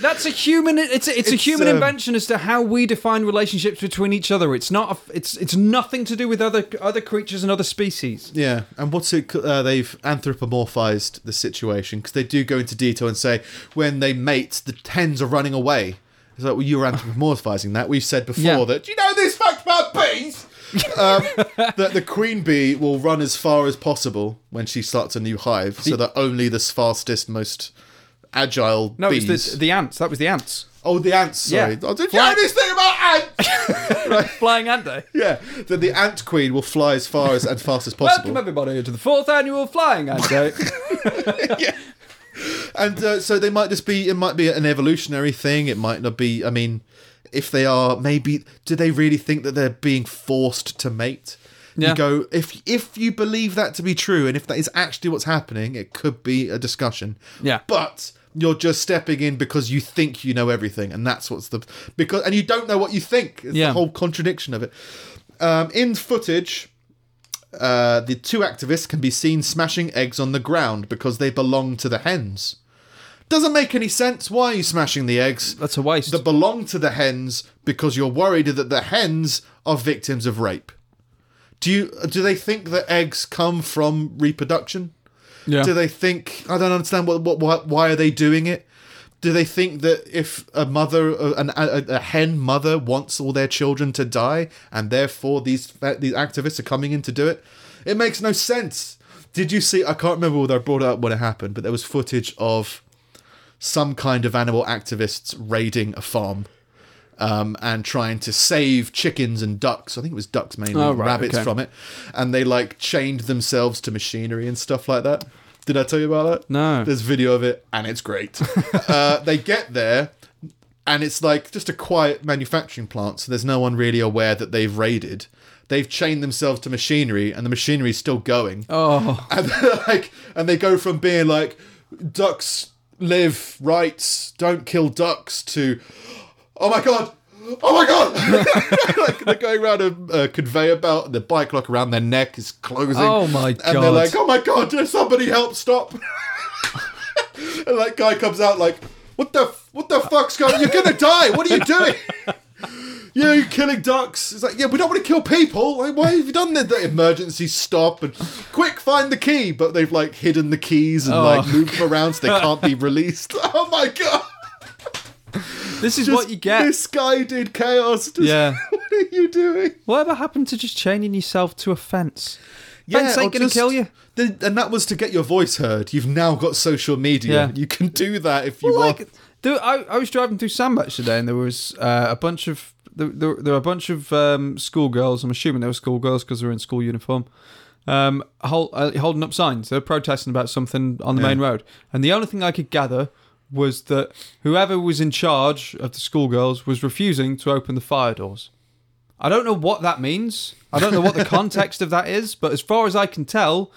That's a human. It's a, it's, a
It's,
human
um,
invention as to how we define relationships between each other. It's not. A, it's it's nothing to do with other other creatures and other species.
Yeah, and what's it? Uh, they've anthropomorphized the situation because they do go into detail and say when they mate, the hens are running away. It's like well, you're anthropomorphizing that. We've said before
Yeah.
that. Do you know this fact about bees? um, that the queen bee will run as far as possible when she starts a new hive, so that only the fastest, most agile
No,
bees.
it's the the ants. That was the ants
Oh, the ants. Sorry.
Yeah.
Oh, did you
Fly-
know this thing about ants? right.
flying, aren't they?
Yeah. That the ant queen will fly as far as and fast as
Welcome
possible.
everybody to the fourth annual flying ant day.
And uh, so they might just be. It might be an evolutionary thing. It might not be. I mean, if they are, maybe do they really think that they're being forced to mate?
Yeah.
You go if if you believe that to be true, and if that is actually what's happening, it could be a discussion.
Yeah.
But you're just stepping in because you think you know everything, and that's what's the because and you don't know what you think. It's
Yeah.
the whole contradiction of it. Um, in footage, uh, the two activists can be seen smashing eggs on the ground because they belong to the hens. Doesn't make any sense. Why are you smashing the eggs?
That's a waste.
that belong to the hens because you're worried that the hens are victims of rape. Do you do they think that eggs come from reproduction?
yeah.
Do they think I don't understand what what why, why are they doing it? Do they think that if a mother, a- an, a, a hen mother, wants all their children to die, and therefore these fa- these activists are coming in to do it? It makes no sense. Did you see? I can't remember whether I brought it up when it happened, but there was footage of some kind of animal activists raiding a farm um, and trying to save chickens and ducks. I think it was ducks mainly,
Oh, right,
rabbits
okay.
from it. And they like chained themselves to machinery and stuff like that. Did I tell you about that?
No.
There's video of it and it's great. uh, they get there and it's like just a quiet manufacturing plant, so there's no one really aware that they've raided. They've chained themselves to machinery and the machinery's still going
oh,
and they're like and they go from being like ducks live rights don't kill ducks to oh my god oh my god like they're going around a, a conveyor belt and the bike lock around their neck is closing
Oh my
and they're
God.
like oh my god somebody help stop and that guy comes out like what the f- what the fuck's going you're gonna die what are you doing yeah, you're killing ducks. It's like, yeah, we don't want to kill people. Like, why have you done the, the emergency stop and quick find the key? But they've like hidden the keys and like
Oh.
moved them around so they can't be released. Oh my god!
this is what you get.
misguided chaos. Just,
Yeah.
what are you doing?
Whatever happened to just chaining yourself to a fence? Bank's ain't
or
gonna kill you.
Th- and that was to get your voice heard. You've now got social media.
Yeah.
You can do that if you
Well,
want.
like, dude, I, I was driving through Sandbach today, and there was uh, a bunch of there, there, there were a bunch of um, schoolgirls. I'm assuming they were schoolgirls because they're in school uniform. Um, hold, uh, holding up signs. They're protesting about something on the main road, and the only thing I could gather was that whoever was in charge of the schoolgirls was refusing to open the fire doors. I don't know what that means. I don't know what the context of that is, but as far as I can tell,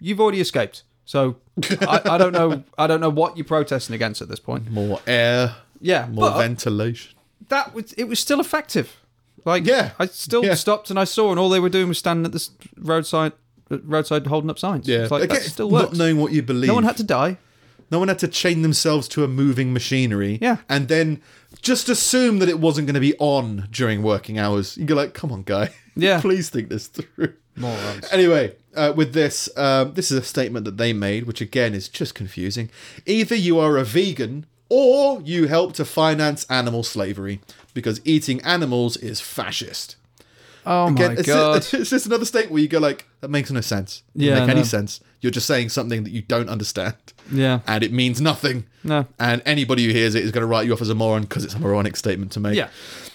you've already escaped. So I, I don't know. I don't know what you're protesting against at this point.
More air,
Yeah,
more
but uh,
ventilation.
that was it was still effective. Like
Yeah,
I still
yeah.
stopped and I saw, and all they were doing was standing at the s- roadside, roadside holding up signs.
Yeah,
it's like
Again,
that still
not
works.
knowing what you believe.
No one had to die.
No one had to chain themselves to a moving machinery.
Yeah.
And then just assume that it wasn't going to be on during working hours. You're like, come on, guy.
Yeah.
Please think this through.
Morons.
Anyway, uh, with this, um, this is a statement that they made, which again is just confusing. Either you are a vegan or you help to finance animal slavery because eating animals is fascist.
Oh
Again,
my
it's,
god!
Just, it's just another statement where you go like, that makes no sense. Doesn't
Yeah,
make any
no.
sense. You're just saying something that you don't understand.
Yeah.
And it means nothing.
No.
And anybody who hears it is going to write you off as a moron because it's a moronic statement to make.
Yeah.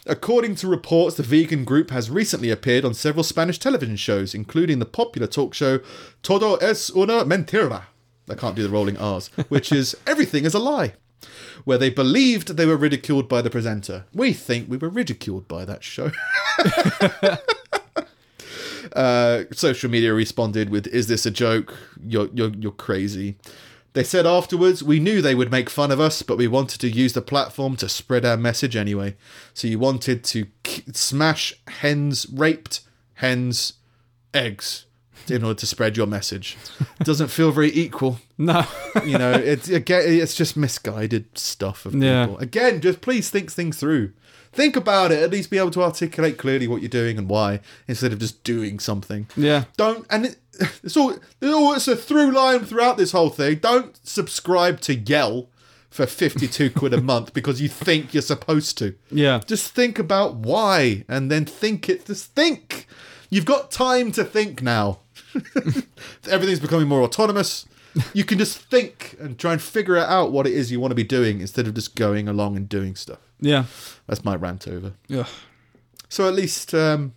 According to reports, the vegan group has recently appeared on several Spanish television shows, including the popular talk show Todo es una mentira. I can't do the rolling R's, which is everything is a lie, where they believed they were ridiculed by the presenter. We think we were ridiculed by that show. Uh, social media responded with, "Is this a joke? You're you're you're crazy." They said afterwards, "We knew they would make fun of us, but we wanted to use the platform to spread our message anyway. So you wanted to k- smash hens raped hens eggs in order to spread your message. Doesn't feel very equal."
no,
You know, it's again, it's just misguided stuff of people.
Yeah.
Again, just please think things through. Think about it. At least be able to articulate clearly what you're doing and why, instead of just doing something
yeah,
don't and it, it's all it's all- it's a through line throughout this whole thing don't subscribe to yell for 52 quid a month because you think you're supposed to
yeah.
just think about why and then think it just think you've got time to think now everything's becoming more autonomous you can just think and try and figure out what it is you want to be doing instead of just going along and doing stuff
Yeah.
that's my rant over
Ugh.
so at least, um,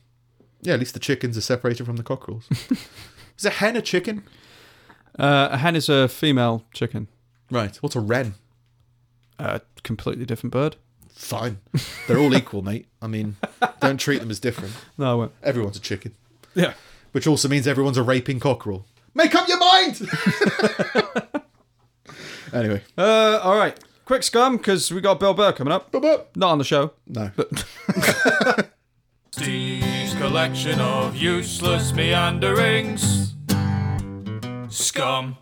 yeah, at least the chickens are separated from the cockerels. Is a hen a chicken?
Uh, a hen is a female chicken.
Right. What's a wren?
A completely different bird.
Fine. They're all equal, mate. I mean, don't treat them as different.
No, I won't.
Everyone's a chicken,
Yeah.
which also means everyone's a raping cockerel. Make up your mind. anyway,
Uh, all right. Quick scum, because we got Bill Burr coming up.
Bup, bup.
Not on the show.
no.
Steve's collection of useless meanderings. Scum.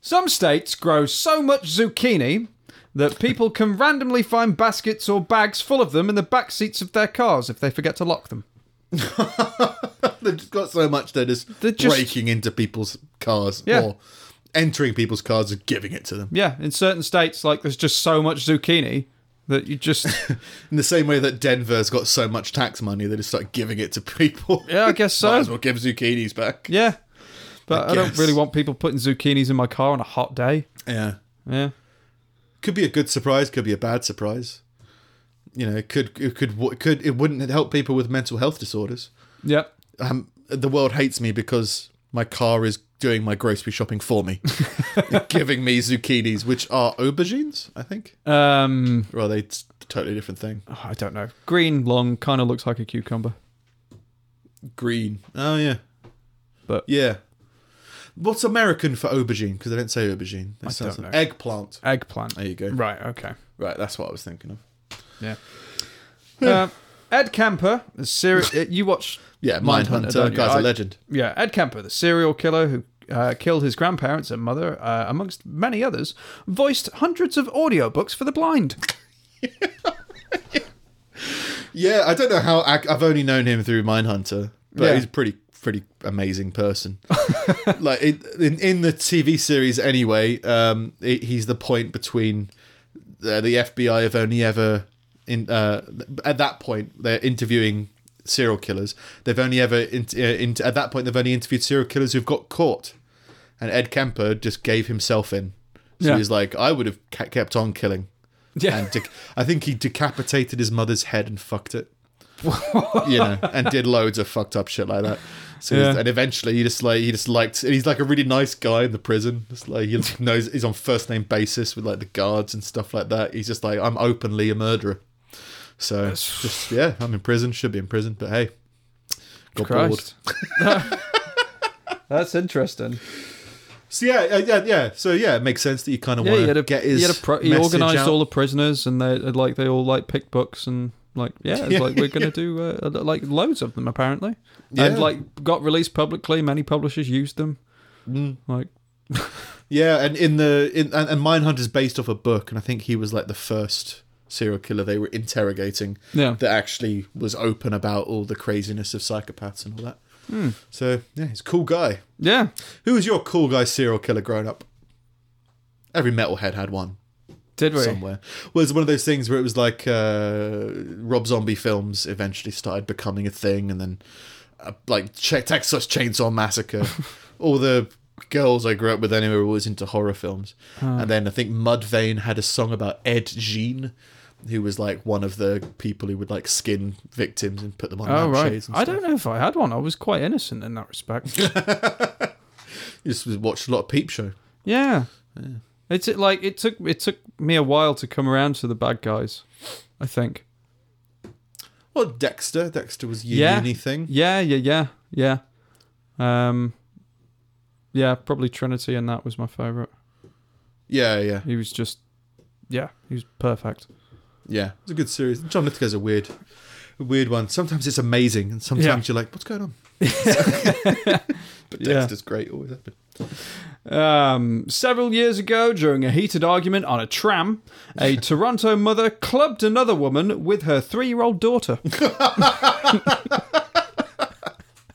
Some states grow so much zucchini that people can randomly find baskets or bags full of them in the back seats of their cars if they forget to lock them.
They've just got so much they're just,
They're just-
breaking into people's cars
Yeah.
or entering people's cars and giving it to them.
Yeah, in certain states, like there's just so much zucchini that you just
In the same way that Denver's got so much tax money, they just start giving it to people.
yeah, I guess
Might as
so.
well give zucchinis back.
Yeah, but I, don't
guess.
really want people putting zucchinis in my car on a hot day.
Yeah.
Yeah,
Could be a good surprise, could be a bad surprise. You know, it could it could it could it wouldn't help people with mental health disorders.
yep.
Um, the world hates me because my car is doing my grocery shopping for me, giving me zucchinis, which are aubergines, I think.
Um,
Or are they t- totally different thing?
oh, I don't know. Green, long, kind of looks like a cucumber.
Green. Oh yeah,
But-
yeah. What's American for aubergine? Because they don't say aubergine. They say
don't
something-
know.
Eggplant.
Eggplant.
There you go.
Right. Okay.
Right, that's what I was thinking of.
Yeah. uh, Ed Camper, the serial. you watch.
Yeah,
Mindhunter, don't
Mindhunter.
you?
Guy's a
I-
legend.
Yeah, Ed Kemper, the serial killer who uh, killed his grandparents and mother, uh, amongst many others, voiced hundreds of audiobooks for the blind.
Yeah, I don't know how I, I've only known him through Mindhunter, but
Yeah.
he's a pretty pretty amazing person. like it, in in the TV series anyway, um, he- he's the point between uh, the, the FBI have only ever in uh, at that point they're interviewing serial killers. They've only ever in, uh, in, at that point they've only interviewed serial killers who've got caught, and Ed Kemper just gave himself in. So
Yeah.
he's like, I would have ca- kept on killing.
Yeah.
And de- I think he decapitated his mother's head and fucked it. you know, and did loads of fucked up shit like that. So he's-
Yeah.
and eventually he just like he just liked he's like a really nice guy in the prison. Just like he just knows he's on first name basis with like the guards and stuff like that. He's just like I'm openly a murderer. So just yeah, I'm in prison, should be in prison, but hey. Got bored.
Christ. That's interesting.
So yeah, uh, yeah, yeah. So yeah, it makes sense that you kind of
Yeah, he
want
had
to
a,
get
he,
his
had a pro- he
message
organized
out.
all the prisoners, and they had, like they all like picked books and like yeah, it's like we're gonna do uh, like loads of them apparently,
Yeah.
and like got released publicly. Many publishers used them.
Mm.
Like
Yeah, and in the in and, and Mindhunter's based off a book, and I think he was like the first serial killer they were interrogating
Yeah.
that actually was open about all the craziness of psychopaths and all that. So yeah, he's a cool guy.
yeah,
Who was your cool guy serial killer growing up? Every metalhead had one
did we?
somewhere. Well, it's one of those things where it was like uh, Rob Zombie films eventually started becoming a thing, and then uh, like Ch- Texas Chainsaw Massacre. All the girls I grew up with anyway were always into horror films, and then I think Mudvayne had a song about Ed Gein. Who was like one of the people who would like skin victims and put them on
Oh
lampshades
right.
and
I
stuff.
don't know if I had one. I was quite innocent in that respect.
You just watched a lot of Peep Show.
yeah. It's it, like it took it took me a while to come around to the bad guys. I think.
Well, Dexter. Dexter was a
Yeah.
uni thing.
Yeah, yeah, yeah, yeah. Um, yeah, probably Trinity, and that was my favorite.
Yeah, yeah,
He was just, yeah, he was perfect.
Yeah, it's a good series. John Lithgow's a weird, a weird one. Sometimes it's amazing, and sometimes
Yeah.
you're like, "What's going on?" but
Yeah.
Dexter's great. Always happened.
Um, several years ago, during a heated argument on a tram, a Toronto mother clubbed another woman with her three-year-old daughter.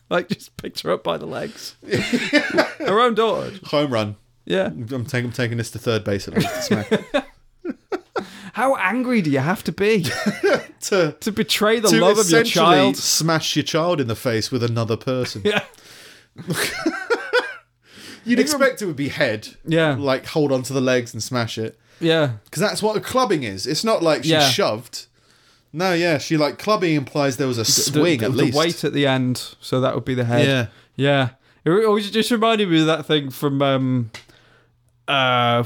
like, just picked her up by the legs. her own daughter.
Home run.
Yeah.
I'm taking, I'm taking this to third base at least. Smack.
How angry do you have to be
to
to betray the
to
love of your
essentially
child?
smash your child in the face with another person.
Yeah.
You'd expect it would be head.
Yeah.
like hold onto the legs and smash it,
Yeah.
because that's what a clubbing is. It's not like she
Yeah.
shoved. No, yeah, she like clubbing implies there was a
the-
swing
the,
at
the
least.
weight at the end, so that would be the head.
Yeah.
yeah. It re- always just reminded me of that thing from um, uh,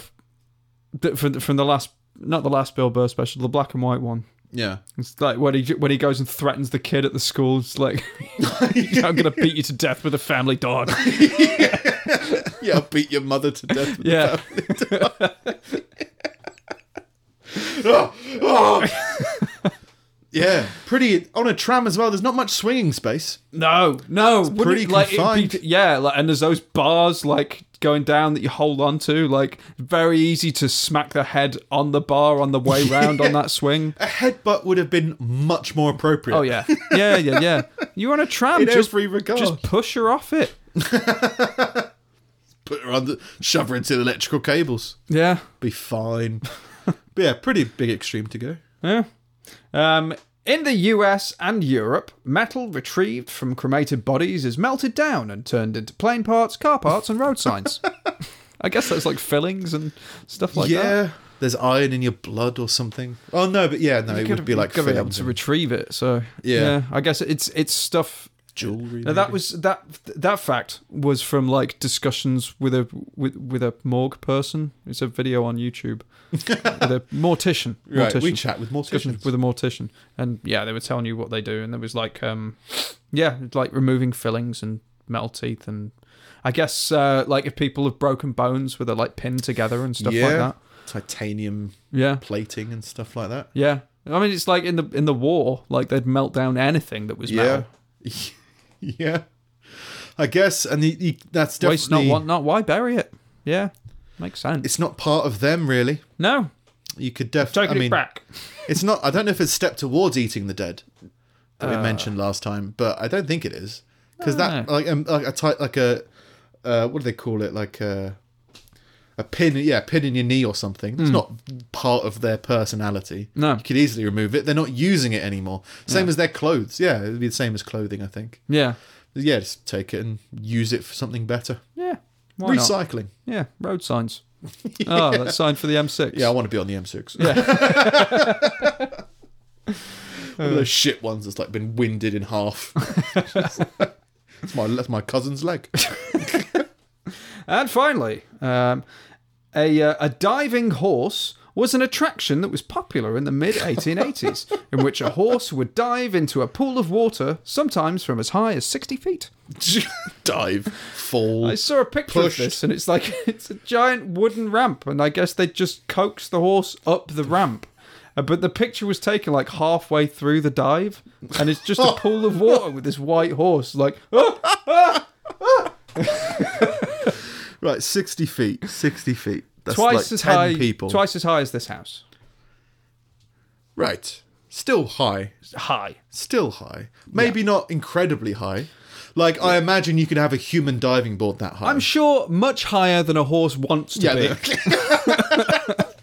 th- from from the last, not the last Bill Burr special, the black and white one.
Yeah,
It's like when he when he goes and threatens the kid at the school. It's like I'm gonna beat you to death with a family dog.
yeah, I'll beat your mother to death.
Yeah,
Yeah, pretty on a tram as well. There's not much swinging space.
no, no, wouldn't
pretty
it, like, it'd be-
confined.
yeah, like, and there's those bars like going down that you hold on to. Like very easy to smack the head on the bar on the way round on that swing.
A headbutt would have been much more appropriate.
Oh yeah, yeah, yeah, yeah. You're on a tram.
in
just,
every regard.
just push her off it.
put her under, shove her into the electrical cables.
Yeah,
Be fine. but yeah, pretty big extreme to go.
yeah. Um, in the U.S. and Europe, metal retrieved from cremated bodies is melted down and turned into plane parts, car parts, and road signs. I guess that's like fillings and stuff like
yeah,
that.
there's iron in your blood or something. Oh no, but yeah, no, it
Gotta-
would be like
gotta be able
films
to
and
retrieve it. So
Yeah.
I guess it's it's stuff
jewelry.
Now that
maybe.
was that that fact was from like discussions with a with with a morgue person. It's a video on YouTube with a mortician.
right.
mortician.
We chat with
Discussions
morticians.
with a mortician, and yeah, they were telling you what they do, and there was like um, yeah, it's like removing fillings and metal teeth, and I guess uh, like if people have broken bones where they're like pinned together and stuff
yeah,
like that.
titanium
Yeah,
plating and stuff like that.
yeah. I mean, it's like in the in the war, like they'd melt down anything that was metal.
yeah, yeah. I guess, and the, the, that's
Waste not,
definitely
want not. Why bury it? Yeah, makes sense.
it's not part of them really.
no,
You could definitely. I mean, it's not. I don't know if it's a step towards eating the dead that we mentioned last time, but I don't think it is because that
Uh. no.
like um, like a type like a uh, what do they call it like a a pin, yeah, a pin in your knee or something. It's not part of their personality.
Hmm. No.
you could easily remove it. They're not using it anymore. Same as their clothes. Yeah, it'd be the same as clothing. I think.
Yeah.
Yeah, just take it and use it for something better.
Yeah. Why not?
Recycling.
Yeah. Road signs. Oh, that sign for the M6.
Yeah, I want to be on the M6.
Yeah.
One
Uh.
of those shit ones that's like been winded in half. that's my that's my cousin's leg.
and finally, um, a, uh, a diving horse was an attraction that was popular in the mid 1880s, in which a horse would dive into a pool of water, sometimes from as high as 60 feet.
Dive, fall.
I saw a picture
Pushed.
of this, and it's like it's a giant wooden ramp, and I guess they just coaxed the horse up the ramp. Uh, But the picture was taken like halfway through the dive, and it's just a pool of water with this white horse, like "Oh,
Right, sixty feet. Sixty feet. That's
twice
like
as
ten
high,
people.
twice as high as this house.
Right. Still high.
High.
Still high. Maybe not incredibly high. Like I imagine you could have a human diving board that high.
I'm sure much higher than a horse wants to
yeah.
be.
the-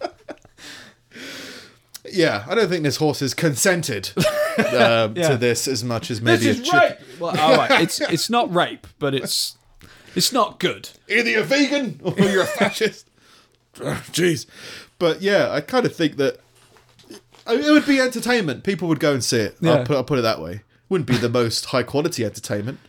yeah. I don't think this horse is consented um,
Yeah.
to this as much as
This
maybe a
is
chicken.
rape. Well, all right, it's it's not rape, but it's it's not good.
either you're vegan or you're a fascist. Ah, Jeez. But yeah, I kind of think that I mean, it would be entertainment. People would go and see it.
Yeah.
I'll, put, I'll put it that way. Wouldn't be the most high quality entertainment.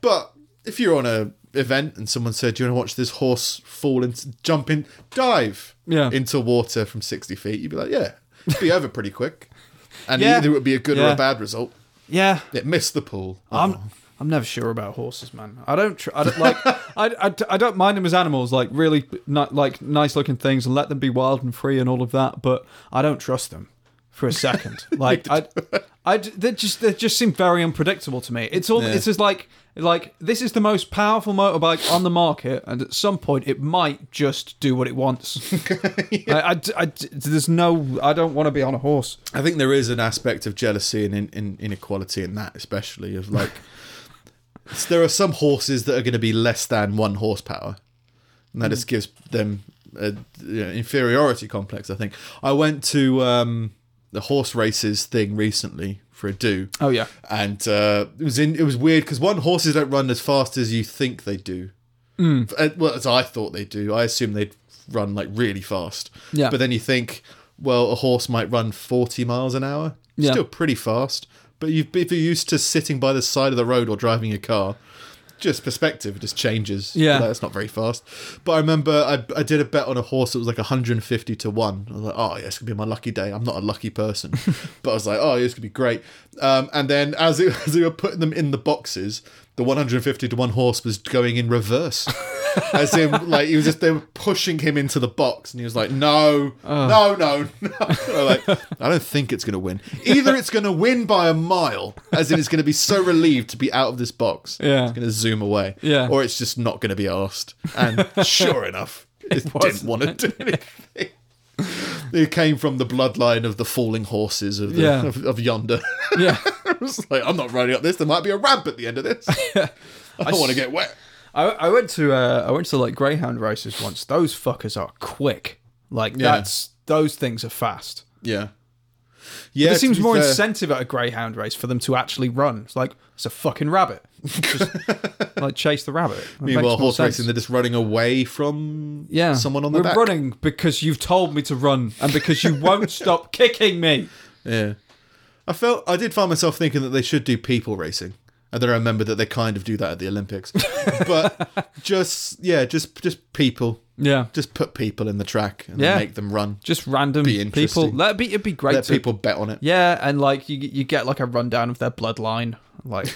But if you're on a event and someone said, "Do you want to watch this horse fall into jump in dive
Yeah.
into water from 60 feet?" You'd be like, "Yeah." It'd be over pretty quick. And
Yeah.
either it would be a good or
Yeah.
a bad result.
Yeah,
It missed the pool.
I'm I'm never sure about horses, man. I don't tr- I don't like I, I, I don't mind them as animals, like really not like nice looking things, and let them be wild and free and all of that. But I don't trust them for a second. Like I, I they just they just seem very unpredictable to me. It's all
Yeah.
it's just like like this is the most powerful motorbike on the market, and at some point it might just do what it wants. I- I d- I d- there's no I don't want to be on a horse.
I think there is an aspect of jealousy and in, in, inequality in that, especially of like there are some horses that are going to be less than one horsepower, and that just gives them an you know, inferiority complex. I think I went to um, the horse races thing recently for a do.
Oh yeah,
And uh, it was in. It was weird because one horses don't run as fast as you think they do.
Hmm.
Uh, Well, as I thought they do, I assume they'd run like really fast.
Yeah.
But then you think, well, a horse might run forty miles an hour.
Yeah.
Still pretty fast. But you if you're used to sitting by the side of the road or driving your car, just perspective just changes.
Yeah.
Like, that's not very fast. But I remember I, I did a bet on a horse that was like 150 to 1. I was like, oh, yeah, it's going to be my lucky day. I'm not a lucky person. but I was like, oh, yeah, it's going to be great. Um, and then as, it, as we were putting them in the boxes, the 150 to 1 horse was going in reverse. as in, like, he was just, they were pushing him into the box. And he was like, no,
Oh.
no, no, no. I'm like, I don't think it's going to win. Either it's going to win by a mile, as in, it's going to be so relieved to be out of this box.
Yeah.
It's gonna to zoom away.
Yeah.
Or it's just not going to be asked. And sure enough, it, didn't
wasn't.
want to do anything. It came from the bloodline of the falling horses of, the,
Yeah.
of, of yonder.
yeah.
I was like, I'm not riding up this. There might be a ramp at the end of this. I don't want to get wet.
I, I went to uh, I went to like greyhound races once. Those fuckers are quick. Like that's those things are fast.
Yeah. Yeah.
There
to
seems
be
more
fair-
incentive at a greyhound race for them to actually run. It's like it's a fucking rabbit. Just, like chase the rabbit. It makes
Meanwhile,
more
horse
sense.
racing, they're just running away from
yeah,
someone on the
We're
back.
running because you've told me to run and because you won't stop kicking me.
Yeah. I felt I did find myself thinking that they should do people racing. And then I remember that they kind of do that at the Olympics. but just yeah, just just people.
Yeah,
Just put people in the track and
Yeah.
make them run.
just random
Be
people.
interesting.
That'd be it'd be great.
Let
To,
people bet on it.
yeah, and like you you get like a rundown of their bloodline. Like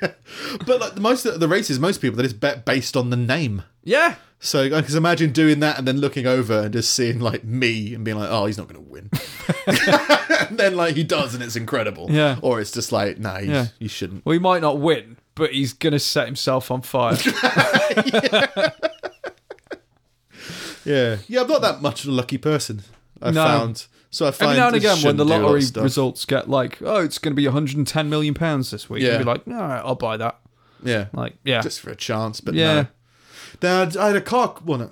But like most of the races, most people they just bet based on the name.
yeah,
So I can imagine doing that and then looking over and just seeing like me and being like, oh, he's not going to win. and then like he does and it's incredible.
Yeah.
Or it's just like, nah, he's,
Yeah.
he shouldn't.
Well, he might not win, but he's going to set himself on fire.
Yeah, yeah, I'm not that much of a lucky person. I
No.
found so I find
Every now and
I
again, when
shouldn't do a
the
lot of
lottery
stuff.
results get like, oh, it's going to be 110 million pounds this week,
Yeah.
you'll be like, no, I'll buy that.
yeah,
Like, yeah,
just for a chance, but
yeah,
no. Then I'd- I had a car. Well, no.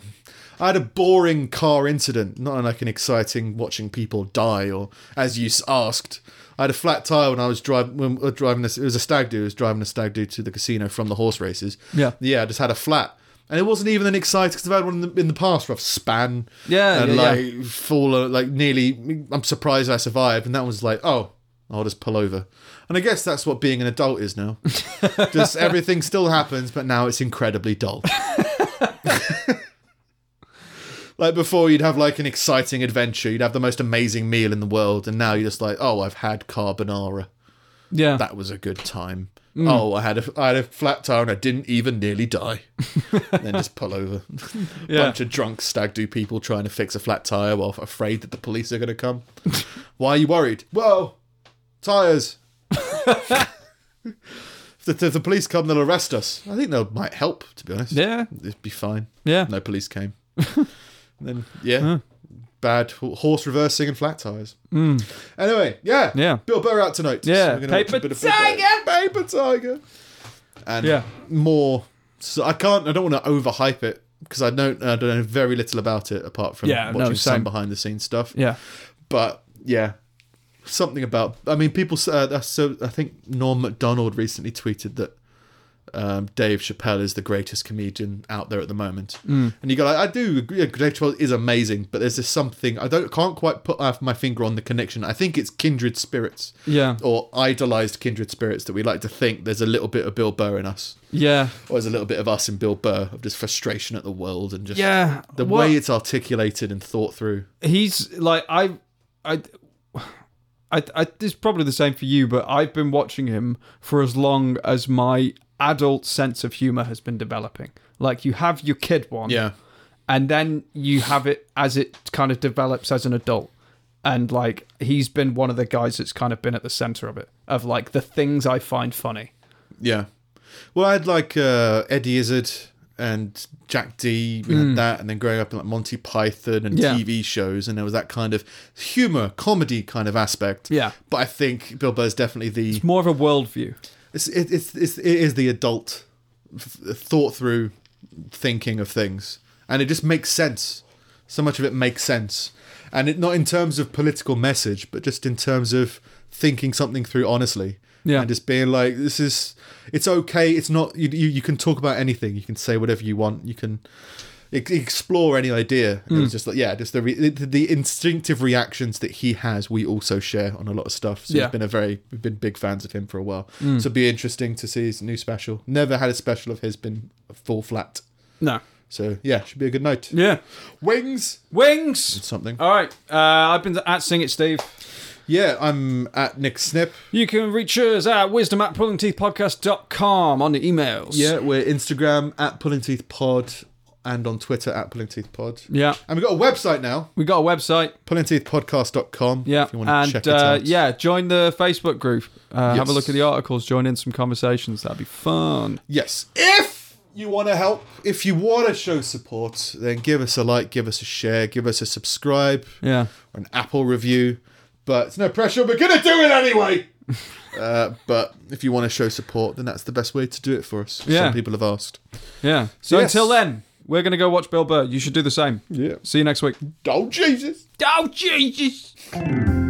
I had a boring car incident, not like an exciting watching people die or, as you s- asked, I had a flat tire when I was driving. When, uh, driving this, it was a stag do. I was driving a stag do to the casino from the horse races.
Yeah.
yeah. I just had a flat, and it wasn't even an exciting. Because I've had one in the, in the past where I've span,
Yeah,
and
yeah,
like fall, uh, like nearly. I'm surprised I survived, and that was like, oh, I'll just pull over. And I guess that's what being an adult is now. just everything still happens, but now it's incredibly dull. Like before, you'd have like an exciting adventure, you'd have the most amazing meal in the world, and now you're just like, oh, I've had carbonara.
Yeah.
That was a good time.
Mm.
Oh, I had a I had a flat tire and I didn't even nearly die. then just pull over.
Yeah.
Bunch of drunk stag do people trying to fix a flat tire while afraid that the police are going to come. Why are you worried? Whoa, tires. if, the, if the police come, they'll arrest us. I think they might help. To be honest,
Yeah.
it'd be fine.
Yeah.
No police came. and then yeah, bad ho- horse reversing and flat tires. Anyway, yeah,
Hmm. Yeah.
Bill Burr out tonight.
Yeah.
We're gonna watch a
Paper
bit of Bill Burr. paper tiger, and
Yeah.
more. So I can't. I don't want to overhype it because I don't. I don't know very little about it apart from
Yeah, no,
watching some
same.
behind the scenes stuff.
Yeah.
But yeah, something about. I mean, people. s- Uh, that's so. I think Norm Macdonald recently tweeted that um, Dave Chappelle is the greatest comedian out there at the moment.
Mm.
And you go, like, I do agree. yeah, Dave Chappelle is amazing, but there's this something I don't can't quite put uh, my finger on the connection. I think it's kindred spirits.
Yeah.
Or idolized kindred spirits that we like to think there's a little bit of Bill Burr in us,
Yeah.
or there's a little bit of us in Bill Burr of just frustration at the world and just
Yeah.
the
What-
way it's articulated and thought through.
he's like I, I, I, I. It's probably the same for you, but I've been watching him for as long as my adult sense of humor has been developing. Like you have your kid one,
Yeah,
and then you have it as it kind of develops as an adult. And like he's been one of the guys that's kind of been at the center of it, of like the things I find funny.
yeah. Well, I had like uh, Eddie Izzard and Jack D. We had that, and then growing up in like Monty Python and
Hmm. Yeah.
TV shows, and there was that kind of humor, comedy kind of aspect.
Yeah.
But I think Bill Burr's definitely the
More of a worldview.
it's it, it's, it's it is the adult th- thought through thinking of things and it just makes sense so much of it makes sense and it not in terms of political message but just in terms of thinking something through honestly
Yeah.
and just being like this is it's okay it's not you you, you can talk about anything you can say whatever you want you can e- explore any idea And it was just like yeah just the, re- the the instinctive reactions that he has we also share on a lot of stuff so
Yeah.
he's been a very we've been big fans of him for a while so it'd be interesting to see his new special never had a special of his been full flat
No.
so yeah should be a good night
Yeah.
wings
Wings.
something
All right. Uh, I've been at Sing It Steve.
yeah i'm at nick snip
You can reach us at wisdom at pullingteethpodcast.com on the emails.
yeah we're instagram at pulling teeth pod and on twitter at pulling teeth pod
Yeah.
and we've got a website now
We got a website.
pullingteethpodcast.com
Yeah.
if you want to
and
check it
uh,
out
yeah, join the Facebook group. Uh, Have a
Yes.
look at the articles, join in some conversations. That'd be fun.
Yes. If you want to help, if you want to show support, then give us a like, give us a share, give us a subscribe,
Yeah.
or an Apple review. But it's no pressure. We're gonna do it anyway. uh, but if you want to show support, then that's the best way to do it for us.
Yeah.
Some people have asked.
Yeah. So
Yes.
until then, we're going to go watch Bill Burr. You should do the same.
Yeah.
See you next week.
Oh Jesus.
Oh, Jesus.